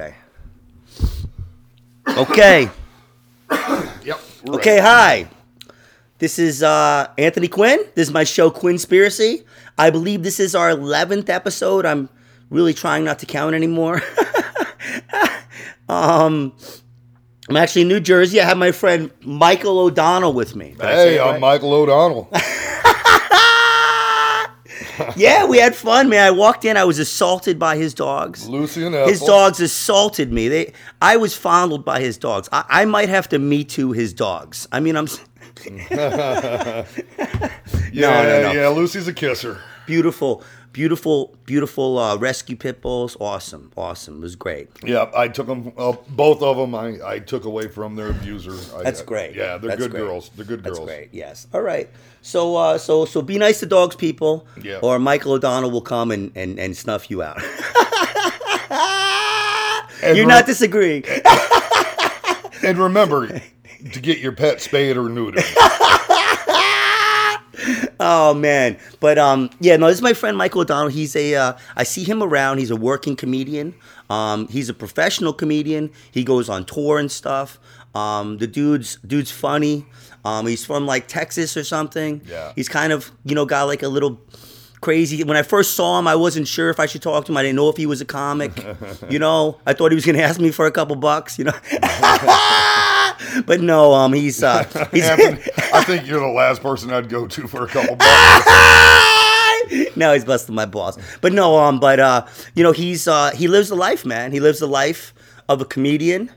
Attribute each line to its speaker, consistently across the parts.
Speaker 1: Okay. Okay.
Speaker 2: Yep. we're
Speaker 1: Okay,
Speaker 2: ready.
Speaker 1: hi. This is uh, Anthony Quinn. This is my show, Quinnspiracy. I believe this is our 11th episode. I'm really trying not to count anymore. um, I'm actually in New Jersey. I have my friend Michael O'Donnell with me. Did I say
Speaker 2: Hey,
Speaker 1: it
Speaker 2: I'm
Speaker 1: right?
Speaker 2: Michael O'Donnell.
Speaker 1: yeah, we had fun, man. I walked in. I was assaulted by his dogs.
Speaker 2: Lucy and
Speaker 1: His
Speaker 2: Ethel.
Speaker 1: dogs assaulted me. They, I was fondled by his dogs. I, I might have to me too his dogs. I mean, I'm s-
Speaker 2: Yeah,
Speaker 1: no, no.
Speaker 2: yeah, Lucy's a kisser.
Speaker 1: beautiful, beautiful, beautiful uh, rescue pit bulls. Awesome, awesome. It was great.
Speaker 2: Yeah, I took them. Uh, both of them, I, I took away from their abuser. I- uh,
Speaker 1: That's great.
Speaker 2: Yeah, they're
Speaker 1: That's
Speaker 2: good
Speaker 1: great.
Speaker 2: girls. They're good
Speaker 1: That's
Speaker 2: girls.
Speaker 1: great. Yes. All right. So, uh, so, so, be nice to dogs, people.
Speaker 2: Yeah.
Speaker 1: Or Michael O'Donnell will come and and, and snuff you out.
Speaker 2: And
Speaker 1: You're
Speaker 2: rem-
Speaker 1: not disagreeing.
Speaker 2: And remember to get your pet spayed or neutered.
Speaker 1: Oh man, but um, yeah, no, this is my friend Michael O'Donnell. He's a, uh, I see him around. He's a working comedian. Um, he's a professional comedian. He goes on tour and stuff. Um, the dude's dude's funny. Um, he's from like Texas or something.
Speaker 2: Yeah.
Speaker 1: he's kind of you know got like a little crazy. When I first saw him, I wasn't sure if I should talk to him. I didn't know if he was a comic. you know, I thought he was gonna ask me for a couple bucks. You know. But no, um, he's uh, he's
Speaker 2: Anthony, I think you're the last person I'd go to for a couple bucks.
Speaker 1: now he's busting my balls. But no, um, but uh, you know, he's uh, he lives the life, man. He lives the life of a comedian.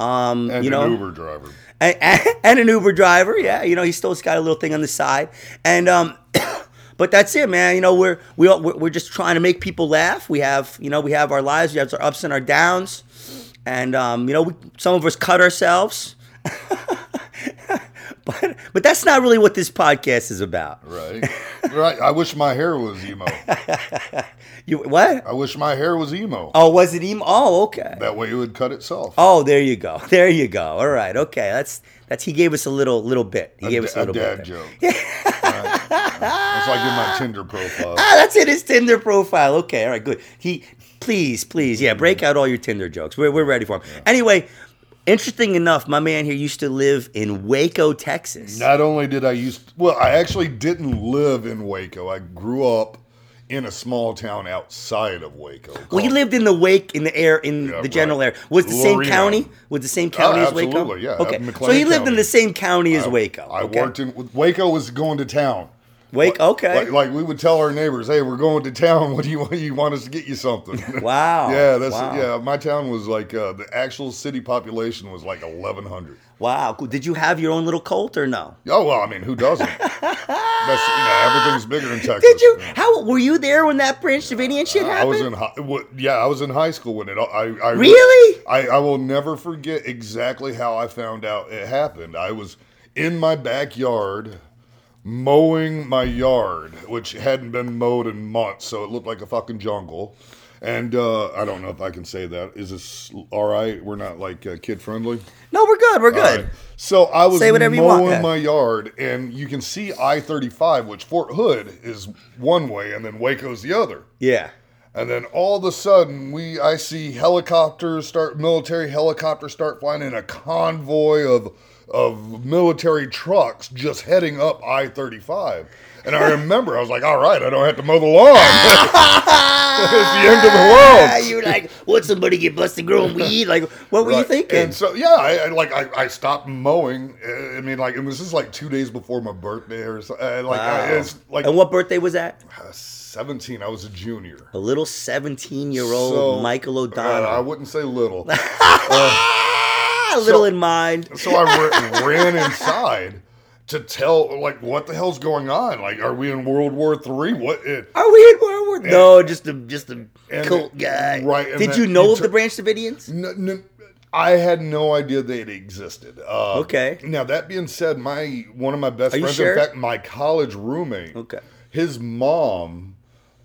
Speaker 1: Um,
Speaker 2: And
Speaker 1: you know,
Speaker 2: an Uber driver.
Speaker 1: and, and, and an Uber driver. Yeah, you know, he still's got a little thing on the side, and um, but that's it, man. You know, we're we all, we're, we're just trying to make people laugh. We have you know we have our lives, we have our ups and our downs, and um, you know, we, some of us cut ourselves. But, but that's not really what this podcast is about.
Speaker 2: Right. right. I wish my hair was emo.
Speaker 1: You what?
Speaker 2: I wish my hair was emo.
Speaker 1: Oh, was it emo? Oh, okay.
Speaker 2: That way it would cut itself.
Speaker 1: Oh, there you go. There you go. All right. Okay. That's that's he gave us a little little bit. He
Speaker 2: A
Speaker 1: gave
Speaker 2: da-
Speaker 1: us a little
Speaker 2: a dad
Speaker 1: bit. there.
Speaker 2: joke. That's like in my Tinder profile.
Speaker 1: Ah, that's in his Tinder profile. Okay. All right. Good. He please, please, yeah, break out all your Tinder jokes. We're we're ready for him. Anyway, interesting enough, my man here used to live in Waco, Texas.
Speaker 2: Not only did I use well, I actually didn't live in Waco. I grew up in a small town outside of Waco.
Speaker 1: Well, he
Speaker 2: called-
Speaker 1: lived in the Wake in the air in
Speaker 2: Yeah,
Speaker 1: the general
Speaker 2: right.
Speaker 1: area. Was the same
Speaker 2: Laredo.
Speaker 1: county? Was the same county as Waco?
Speaker 2: absolutely, yeah,
Speaker 1: Okay. So
Speaker 2: McLean
Speaker 1: he lived in
Speaker 2: County.
Speaker 1: the same county as Waco.
Speaker 2: I
Speaker 1: okay?
Speaker 2: worked in Waco was going to town.
Speaker 1: Waco. Okay.
Speaker 2: Like, like we would tell our neighbors, "Hey, we're going to town. What do you want? You want us to get you something?"
Speaker 1: Wow.
Speaker 2: yeah, that's
Speaker 1: Wow.
Speaker 2: yeah. My town was like uh, the actual city population was like eleven hundred.
Speaker 1: Wow. Cool. Did you have your own little cult or no?
Speaker 2: Oh well, I mean, who doesn't? that's, you know, everything's bigger in Texas.
Speaker 1: Did you?
Speaker 2: know.
Speaker 1: How were you there when that Branch Davidian shit
Speaker 2: I
Speaker 1: happened?
Speaker 2: was in high, wa- yeah, I was in high school when it. all- I, I
Speaker 1: Really?
Speaker 2: I, I will never forget exactly how I found out it happened. I was in my backyard mowing my yard, which hadn't been mowed in months, so it looked like a fucking jungle. And uh, I don't know if I can say that. Is this all right? We're not like uh, kid friendly.
Speaker 1: no, we're good. We're
Speaker 2: All
Speaker 1: good.
Speaker 2: right. So I was
Speaker 1: Say whatever you want,
Speaker 2: mowing
Speaker 1: yeah.
Speaker 2: my yard, and you can see I thirty five, which Fort Hood is one way, and then Waco's the other.
Speaker 1: Yeah.
Speaker 2: And then all of a sudden, we I see helicopters start military helicopters start flying in a convoy of of military trucks just heading up I thirty five. And I remember I was like, "All right, I don't have to mow the lawn. it's the end of the world."
Speaker 1: Ah, you like, would somebody get busted growing weed? Like, what were you
Speaker 2: Right.
Speaker 1: thinking?
Speaker 2: And so yeah, I, I like I, I stopped mowing. Uh, I mean, like it was just like two days before my birthday or so. Uh, like I,
Speaker 1: Wow.
Speaker 2: it's like
Speaker 1: and what birthday was that?
Speaker 2: uh, seventeen. I was a junior.
Speaker 1: A little seventeen-year-old
Speaker 2: So-
Speaker 1: Michael
Speaker 2: Uh, I
Speaker 1: O'Donnell.
Speaker 2: wouldn't say little. Uh,
Speaker 1: ah, little
Speaker 2: so-
Speaker 1: in mind.
Speaker 2: So I ra- ran inside to tell, like, what the hell's going on? Like, are we in World War Three? What? eh, It,
Speaker 1: Are we in World War? No, just a just a
Speaker 2: and-
Speaker 1: cult guy.
Speaker 2: right, and
Speaker 1: Did
Speaker 2: then
Speaker 1: you know
Speaker 2: you
Speaker 1: of the
Speaker 2: took-
Speaker 1: Branch Davidians?
Speaker 2: n- n- I had no idea they had existed. Uh,
Speaker 1: Okay.
Speaker 2: Now that being said, my one of my best
Speaker 1: Are you
Speaker 2: friends,
Speaker 1: sure?
Speaker 2: in fact, my college roommate.
Speaker 1: Okay.
Speaker 2: His mom.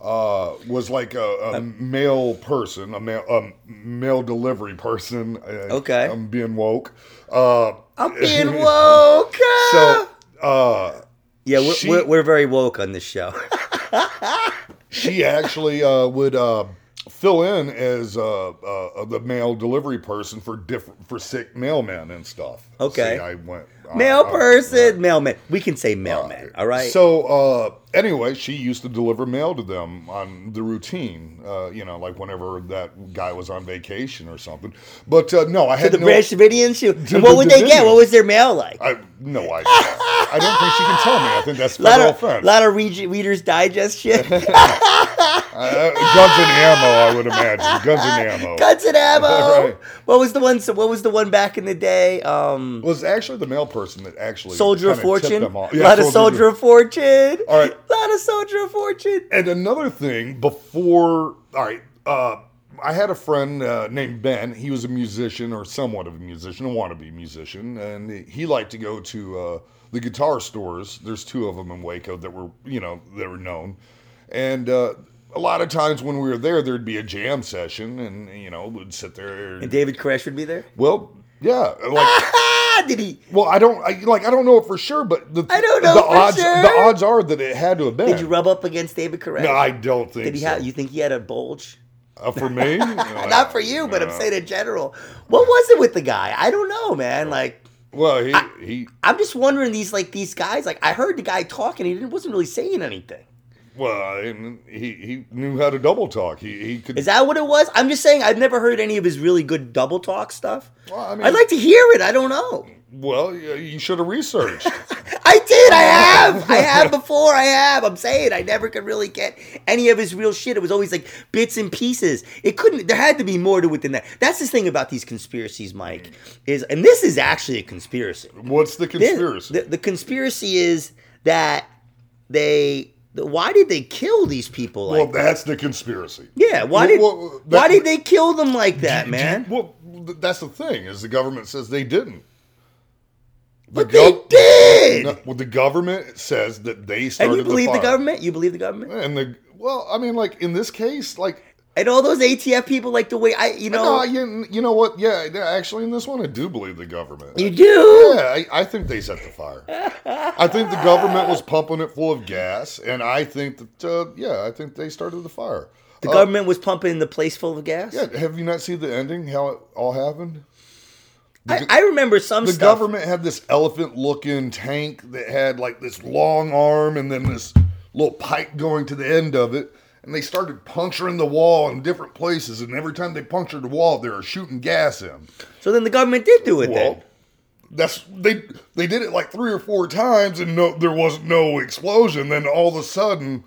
Speaker 2: Uh, was like a, a
Speaker 1: Um,
Speaker 2: male person, a male, a male delivery person. Uh,
Speaker 1: Okay.
Speaker 2: I'm being woke. Uh,
Speaker 1: I'm being woke.
Speaker 2: so, uh,
Speaker 1: yeah, we're,
Speaker 2: she- Oh,
Speaker 1: we're, we're very woke on this show.
Speaker 2: she actually uh, would uh, fill in as uh, uh, the mail delivery person for different for sick mailmen and stuff.
Speaker 1: Okay.
Speaker 2: See, I went I-
Speaker 1: Mail
Speaker 2: I-
Speaker 1: person, mailman. We can say mailman. all right.
Speaker 2: Oh, So uh, anyway, she used to deliver mail to them on the routine. Uh, you know, like whenever that guy was on vacation or something. But uh, no, I
Speaker 1: to
Speaker 2: had
Speaker 1: the
Speaker 2: no,
Speaker 1: British Davidians, you-
Speaker 2: To
Speaker 1: and what
Speaker 2: the Uh,
Speaker 1: would they get?
Speaker 2: Davidians.
Speaker 1: What was their mail like?
Speaker 2: I no idea. I don't think she can tell me. I think that's
Speaker 1: lot
Speaker 2: federal
Speaker 1: of
Speaker 2: offense.
Speaker 1: lot of reg- Reader's Digest shit.
Speaker 2: Uh, guns and ammo, I would imagine. Guns and ammo.
Speaker 1: Guns and ammo.
Speaker 2: Right.
Speaker 1: What was the one? So what was the one back in the day? Um,
Speaker 2: It was actually the mail person that actually
Speaker 1: Soldier of
Speaker 2: kinda tipped
Speaker 1: Fortune.
Speaker 2: them off.
Speaker 1: a lot of Soldier of Fortune.
Speaker 2: All right.
Speaker 1: A lot of Soldier of Fortune.
Speaker 2: And another thing before, all right, uh, I had a friend uh, named Ben. He was a musician or somewhat of a musician, a wannabe musician, and he liked to go to uh, the guitar stores. There's two of them in Waco that were, you know, that were known. And uh, a lot of times when we were there, there'd be a jam session, and you know, we'd sit there.
Speaker 1: And David Koresh would be there.
Speaker 2: well, yeah, like.
Speaker 1: Ah, did he?
Speaker 2: Well, I don't I, like. I don't know it for sure, but the
Speaker 1: I don't know
Speaker 2: the
Speaker 1: for
Speaker 2: odds.
Speaker 1: sure.
Speaker 2: The odds are that it had to have been.
Speaker 1: Did you rub up against David Koresh?
Speaker 2: no, I don't think
Speaker 1: did he
Speaker 2: so.
Speaker 1: have? You think he had a bulge?
Speaker 2: Uh, for me,
Speaker 1: Not for you, but I'm
Speaker 2: no.
Speaker 1: saying in general. What was it with the guy? I don't know, man. Like.
Speaker 2: Well, he he.
Speaker 1: I'm just wondering these like these guys. Like I heard the guy talking, he didn't, wasn't really saying anything.
Speaker 2: Well, and he he knew how to double talk. He he could.
Speaker 1: Is that what it was? I'm just saying I've never heard any of his really good double talk stuff.
Speaker 2: Well, I mean-
Speaker 1: would like to hear it. I don't know.
Speaker 2: well, y- you should have researched.
Speaker 1: I did. I have. I have before. I have. I'm saying I never could really get any of his real shit. It was always like bits and pieces. It couldn't. There had to be more to it than that. That's the thing about these conspiracies, Mike. Is and this is actually a conspiracy.
Speaker 2: What's the
Speaker 1: This-
Speaker 2: conspiracy?
Speaker 1: The, the conspiracy is that they. the- Why did they kill these people? Like
Speaker 2: well, that's the conspiracy.
Speaker 1: Yeah, why
Speaker 2: Well,
Speaker 1: did
Speaker 2: well, that-
Speaker 1: why did they kill them like that, man?
Speaker 2: Well, th- that's the thing is the government says they didn't.
Speaker 1: But they did!
Speaker 2: No, well, the government says that they started.
Speaker 1: and you believe the,
Speaker 2: fire.
Speaker 1: government? You believe the government?
Speaker 2: And the well, I mean, like in this case, like
Speaker 1: And all those ATF people, like the way I, you know,
Speaker 2: no, you, you know what? Yeah, yeah, actually, in this one, I do believe the government.
Speaker 1: you do.
Speaker 2: Yeah, I, I think they set the fire. I think the government was pumping it full of gas, and I think that uh, yeah, I think they started the fire.
Speaker 1: The
Speaker 2: Uh,
Speaker 1: government was pumping the place full of gas.
Speaker 2: yeah, have you not seen the ending? How it all happened?
Speaker 1: I, I remember some
Speaker 2: The
Speaker 1: stuff.
Speaker 2: government had this elephant-looking tank that had like this long arm, and then this little pipe going to the end of it. And they started puncturing the wall in different places, and every time they punctured the wall, they were shooting gas in.
Speaker 1: so then the government did do it.
Speaker 2: Well,
Speaker 1: then
Speaker 2: that's they they did it like three or four times, and no, there was no explosion. Then all of a sudden,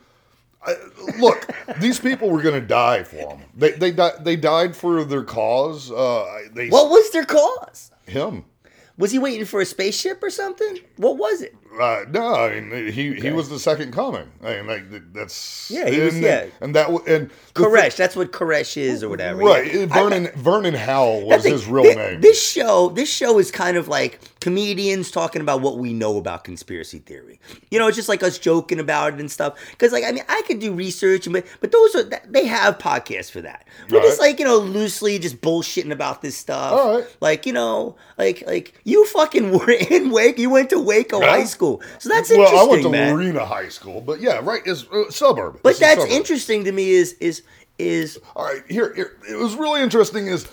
Speaker 2: I, look, these people were gonna die for them. They they died they died for their cause. Uh, I- they
Speaker 1: what was their cause?
Speaker 2: him.
Speaker 1: Was he waiting for a spaceship or something? What was it?
Speaker 2: Uh, no, I mean he he was the second coming. I mean like that- that's
Speaker 1: Yeah, he was-
Speaker 2: and,
Speaker 1: yeah.
Speaker 2: and that wa- and the thi-
Speaker 1: Koresh. That's what Koresh is, or whatever. yeah.
Speaker 2: right. Vernon Vernon Howell was
Speaker 1: That's
Speaker 2: his
Speaker 1: the-
Speaker 2: real
Speaker 1: thi-
Speaker 2: name.
Speaker 1: This show, this show is kind of like comedians talking about what we know about conspiracy theory. You know, it's just like us joking about it and stuff. Because, like, I mean, I could do research, but but those are that- they have podcasts for that. We're just
Speaker 2: Right.
Speaker 1: like you know loosely just bullshitting about this stuff.
Speaker 2: All right.
Speaker 1: Like you know, like like you fucking were in Wake. You went to Waco
Speaker 2: Yeah.
Speaker 1: High School, so that's interesting,
Speaker 2: well, I went to
Speaker 1: man.
Speaker 2: Lorena High School, but yeah, right, it's uh, suburb.
Speaker 1: but
Speaker 2: It's a
Speaker 1: that's
Speaker 2: suburb.
Speaker 1: interesting to me. Is is is
Speaker 2: All right, here, here. It was really interesting. Is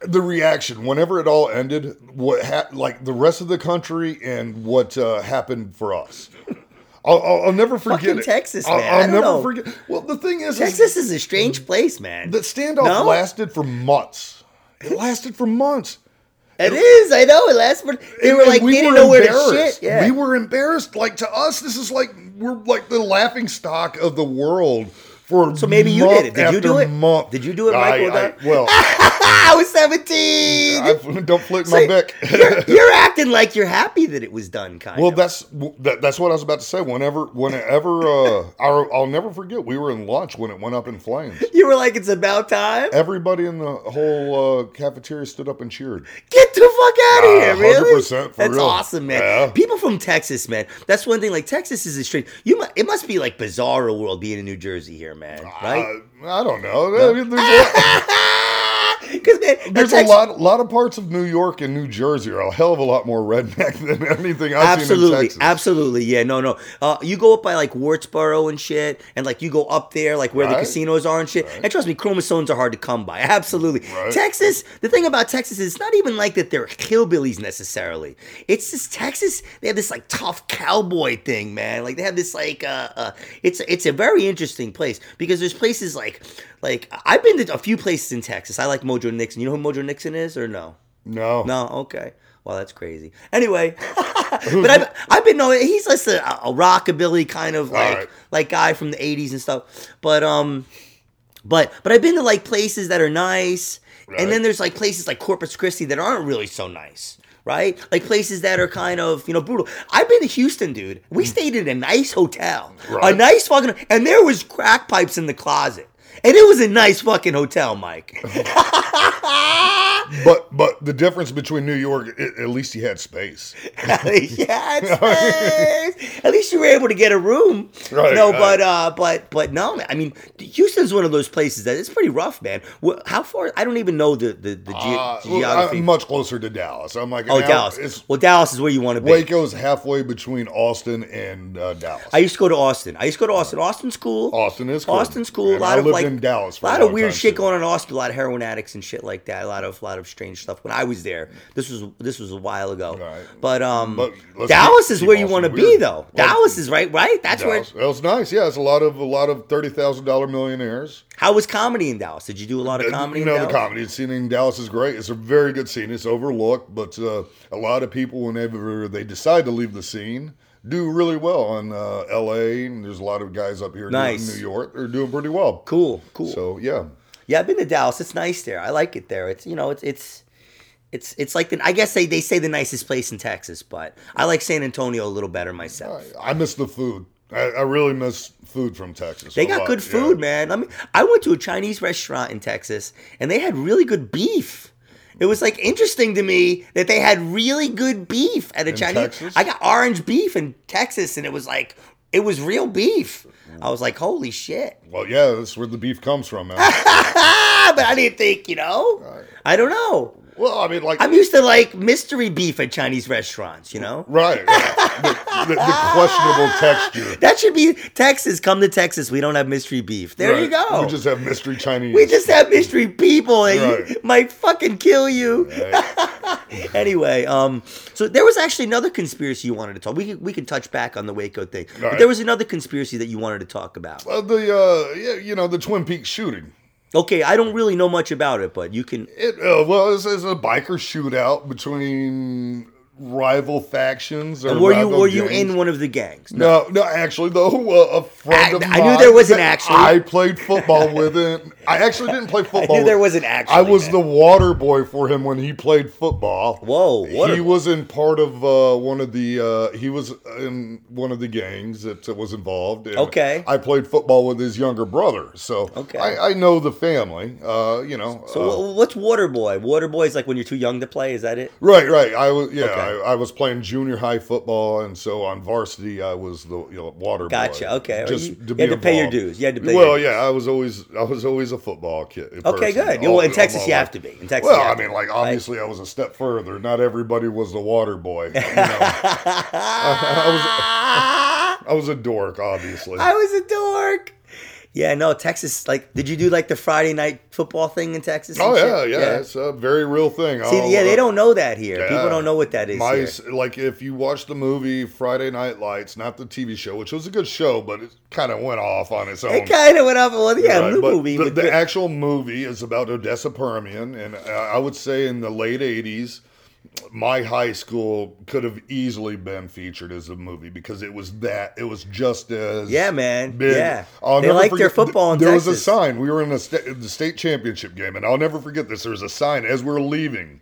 Speaker 2: the reaction whenever it all ended? What ha- like the rest of the country and what uh, happened for us? I'll, I'll, I'll never forget
Speaker 1: Fucking
Speaker 2: it.
Speaker 1: Texas,
Speaker 2: I'll,
Speaker 1: man. I
Speaker 2: I'll
Speaker 1: don't
Speaker 2: never
Speaker 1: know.
Speaker 2: forget. Well, the thing is,
Speaker 1: Texas is a strange place, man.
Speaker 2: the standoff
Speaker 1: No?
Speaker 2: lasted for months. It lasted for months.
Speaker 1: It is. I know. It lasts for. They were
Speaker 2: And
Speaker 1: like, they didn't know where to shit.
Speaker 2: embarrassed.
Speaker 1: Yeah.
Speaker 2: We were embarrassed. Like to us, this is like we're like the laughing stock of the world. For
Speaker 1: So maybe you did it. Did you do it?
Speaker 2: Month.
Speaker 1: Did you do it,
Speaker 2: I-
Speaker 1: Michael?
Speaker 2: I- well,
Speaker 1: I was 17.
Speaker 2: I, don't flick my
Speaker 1: So
Speaker 2: back.
Speaker 1: you're, you're acting like you're happy that it was done, kind
Speaker 2: well,
Speaker 1: of.
Speaker 2: that's that, that's what I was about to say. Whenever, whenever, uh, our, I'll never forget. We were in lunch when it went up in flames.
Speaker 1: you were like, it's about time.
Speaker 2: Everybody in the whole uh, cafeteria stood up and cheered.
Speaker 1: Get the fuck out of
Speaker 2: Uh,
Speaker 1: here, really?
Speaker 2: 100% for
Speaker 1: That's
Speaker 2: real.
Speaker 1: awesome, man.
Speaker 2: Yeah.
Speaker 1: People from Texas, man. That's one thing. Like Texas is a strange. You, mu- it must be like bizarre world being in New Jersey here, man. Right?
Speaker 2: Uh, I don't know. I mean, there's a lot-
Speaker 1: Because man, saying?
Speaker 2: There's
Speaker 1: That's
Speaker 2: a lot, lot of parts of New York and New Jersey are a hell of a lot more redneck than anything I've seen in
Speaker 1: Absolutely,
Speaker 2: Texas.
Speaker 1: absolutely, yeah, no, no. Uh, you go up by like Wartsboro and shit, and like you go up there, like where the
Speaker 2: Right.
Speaker 1: casinos are and shit. And trust me, chromosomes are hard to come by. Absolutely,
Speaker 2: Right.
Speaker 1: Texas. The thing about Texas is it's not even like that they're hillbillies necessarily. It's just Texas. They have this like tough cowboy thing, man. Like they have this like uh, uh it's it's a very interesting place because there's places like like I've been to a few places in Texas. I like Mojo Nixon. You know who Mojo Nixon is or no?
Speaker 2: No.
Speaker 1: No, okay. Well, that's crazy. Anyway, but I've, I've been knowing he's just a, a rockabilly kind of like
Speaker 2: right.
Speaker 1: like guy from the '80s and stuff. But um, but but I've been to like places that are nice, and then
Speaker 2: Right.
Speaker 1: there's like places like Corpus Christi that aren't really so nice. Right, like places that are kind of you know brutal. I've been to Houston, dude. We stayed in a nice hotel, a
Speaker 2: Hmm. Right.
Speaker 1: nice fucking, and there was crack pipes in the closet, and it was a nice fucking hotel, Mike.
Speaker 2: But but the difference between New York, i at least you had space.
Speaker 1: yeah, it's nice. At least you were able to get a room.
Speaker 2: Right,
Speaker 1: No,
Speaker 2: right.
Speaker 1: but uh, but but no, man. I mean, Houston's one of those places that it's pretty rough, man. Wh- How far? I don't even know the the, the ge-
Speaker 2: Uh, well,
Speaker 1: geography.
Speaker 2: I'm much closer to Dallas. I'm like,
Speaker 1: oh,
Speaker 2: now
Speaker 1: Dallas.
Speaker 2: It's,
Speaker 1: Well, Dallas is where you want to be.
Speaker 2: Waco's halfway between Austin and uh, Dallas.
Speaker 1: I used to go to Austin. I used to go to Austin. Austin's cool.
Speaker 2: Austin is cool.
Speaker 1: Austin's cool.
Speaker 2: And
Speaker 1: a lot
Speaker 2: I
Speaker 1: of
Speaker 2: lived
Speaker 1: like
Speaker 2: in Dallas for
Speaker 1: a
Speaker 2: a
Speaker 1: lot of
Speaker 2: long
Speaker 1: weird
Speaker 2: time,
Speaker 1: shit
Speaker 2: too.
Speaker 1: going on in Austin. A lot of heroin addicts and shit like that. A lot of lot of strange stuff. When I was there, this was this was a while ago.
Speaker 2: Right.
Speaker 1: But um,
Speaker 2: But let's
Speaker 1: Dallas
Speaker 2: keep-
Speaker 1: is
Speaker 2: keep
Speaker 1: where you
Speaker 2: Austin
Speaker 1: want to be,
Speaker 2: weird.
Speaker 1: though.
Speaker 2: Well,
Speaker 1: Dallas is right, right. That's where.
Speaker 2: Dallas. That was nice. Yeah, it's a lot of a lot of thirty thousand dollar millionaires.
Speaker 1: How was comedy in Dallas? Did you do a lot of comedy?
Speaker 2: Uh, you
Speaker 1: in
Speaker 2: know the
Speaker 1: Dallas?
Speaker 2: comedy scene in Dallas is great. It's a very good scene. It's overlooked, but uh, a lot of people, whenever they decide to leave the scene, do really well in uh, L.A. And there's a lot of guys up here
Speaker 1: Nice.
Speaker 2: in New York are doing pretty well.
Speaker 1: Cool, cool.
Speaker 2: So yeah,
Speaker 1: yeah, I've been to Dallas. It's nice there. I like it there. It's you know, it's it's it's it's like the I guess they they say the nicest place in Texas, but I like San Antonio a little better myself.
Speaker 2: I, I miss the food. I, I really miss food from Texas.
Speaker 1: They got good food, man. I mean, I went to a Chinese restaurant in Texas, and they had really good beef. It was like interesting to me that they had really good beef at a Chinese.
Speaker 2: Texas?
Speaker 1: I got orange beef in Texas, and it was like it was real beef. I was like, holy shit.
Speaker 2: Well, yeah, that's where the beef comes from, man.
Speaker 1: Ah, but I didn't think, you know. I don't know.
Speaker 2: well, I mean, like
Speaker 1: I'm used to like mystery beef at Chinese restaurants, you know?
Speaker 2: right, right. the, the, the questionable texture.
Speaker 1: That should be Texas. Come to Texas. We don't have mystery beef. There you
Speaker 2: Right.
Speaker 1: go.
Speaker 2: We just have mystery Chinese.
Speaker 1: We just have mystery people and you
Speaker 2: Right.
Speaker 1: might fucking kill you.
Speaker 2: Right.
Speaker 1: anyway, um, so there was actually another conspiracy you wanted to talk. We can, we can touch back on the Waco thing. But
Speaker 2: right.
Speaker 1: there was another conspiracy that you wanted to talk about.
Speaker 2: Uh, the uh, yeah, you know, the Twin Peaks shooting.
Speaker 1: Okay, I don't really know much about it, but you can.
Speaker 2: It uh, well, it's, it's a biker shootout between rival factions. Or
Speaker 1: And were you
Speaker 2: rival
Speaker 1: were you
Speaker 2: gangs.
Speaker 1: in one of the gangs?
Speaker 2: No, no, actually, though, uh, a friend
Speaker 1: I-
Speaker 2: of
Speaker 1: I
Speaker 2: mine.
Speaker 1: knew there was an
Speaker 2: that
Speaker 1: actually.
Speaker 2: I played football with him. I actually didn't play football.
Speaker 1: there
Speaker 2: with-
Speaker 1: was an actually,
Speaker 2: I was
Speaker 1: man.
Speaker 2: the water boy for him when he played football.
Speaker 1: Whoa, water
Speaker 2: he
Speaker 1: boy.
Speaker 2: was in part of uh, one of the. Uh, he was in one of the gangs that was involved. and
Speaker 1: Okay.
Speaker 2: I played football with his younger brother, so
Speaker 1: Okay.
Speaker 2: I, I know the family. Uh, you know.
Speaker 1: So
Speaker 2: uh,
Speaker 1: wh- what's water boy? Water boy is like when you're too young to play. Is that it?
Speaker 2: Right, right. I was yeah.
Speaker 1: Okay.
Speaker 2: I, I was playing junior high football, and so on varsity, I was the you know, water boy.
Speaker 1: Gotcha, okay. You- you
Speaker 2: be
Speaker 1: had to pay your
Speaker 2: involved.
Speaker 1: dues. You had to pay
Speaker 2: Well,
Speaker 1: your dues.
Speaker 2: yeah. I was always I was always a football kid.
Speaker 1: Okay,
Speaker 2: person,
Speaker 1: good.
Speaker 2: all-
Speaker 1: well, in
Speaker 2: all
Speaker 1: Texas,
Speaker 2: my
Speaker 1: you
Speaker 2: life.
Speaker 1: have to be. In Texas,
Speaker 2: Well,
Speaker 1: you have
Speaker 2: I
Speaker 1: to
Speaker 2: mean,
Speaker 1: be,
Speaker 2: like
Speaker 1: right?
Speaker 2: obviously, I was a step further. Not everybody was the water boy. You know? I, was, I was a dork, obviously.
Speaker 1: I was a dork. Yeah, no, Texas. Like, did you do like the Friday night football thing in Texas? and
Speaker 2: oh
Speaker 1: shit?
Speaker 2: yeah, yeah, It's a very real thing.
Speaker 1: See,
Speaker 2: I'll,
Speaker 1: yeah, they
Speaker 2: uh,
Speaker 1: don't know that here. People
Speaker 2: Yeah.
Speaker 1: don't know what that is.
Speaker 2: My
Speaker 1: here.
Speaker 2: s like if you watch the movie Friday Night Lights, not the TV show, which was a good show, but it kind of went off on its own.
Speaker 1: It kind of went up. Well, yeah,
Speaker 2: Right,
Speaker 1: new
Speaker 2: but
Speaker 1: movie.
Speaker 2: The,
Speaker 1: with
Speaker 2: the
Speaker 1: good-
Speaker 2: actual movie is about Odessa Permian, and uh, I would say in the late '80s, my high school could have easily been featured as a movie because it was that it was just as
Speaker 1: yeah, man.
Speaker 2: big.
Speaker 1: Yeah,
Speaker 2: I'll
Speaker 1: they
Speaker 2: never
Speaker 1: like their
Speaker 2: forget-
Speaker 1: football in
Speaker 2: there
Speaker 1: Texas.
Speaker 2: was a sign. We were in a sta- the state championship game, and I'll never forget this. There was a sign as we are leaving.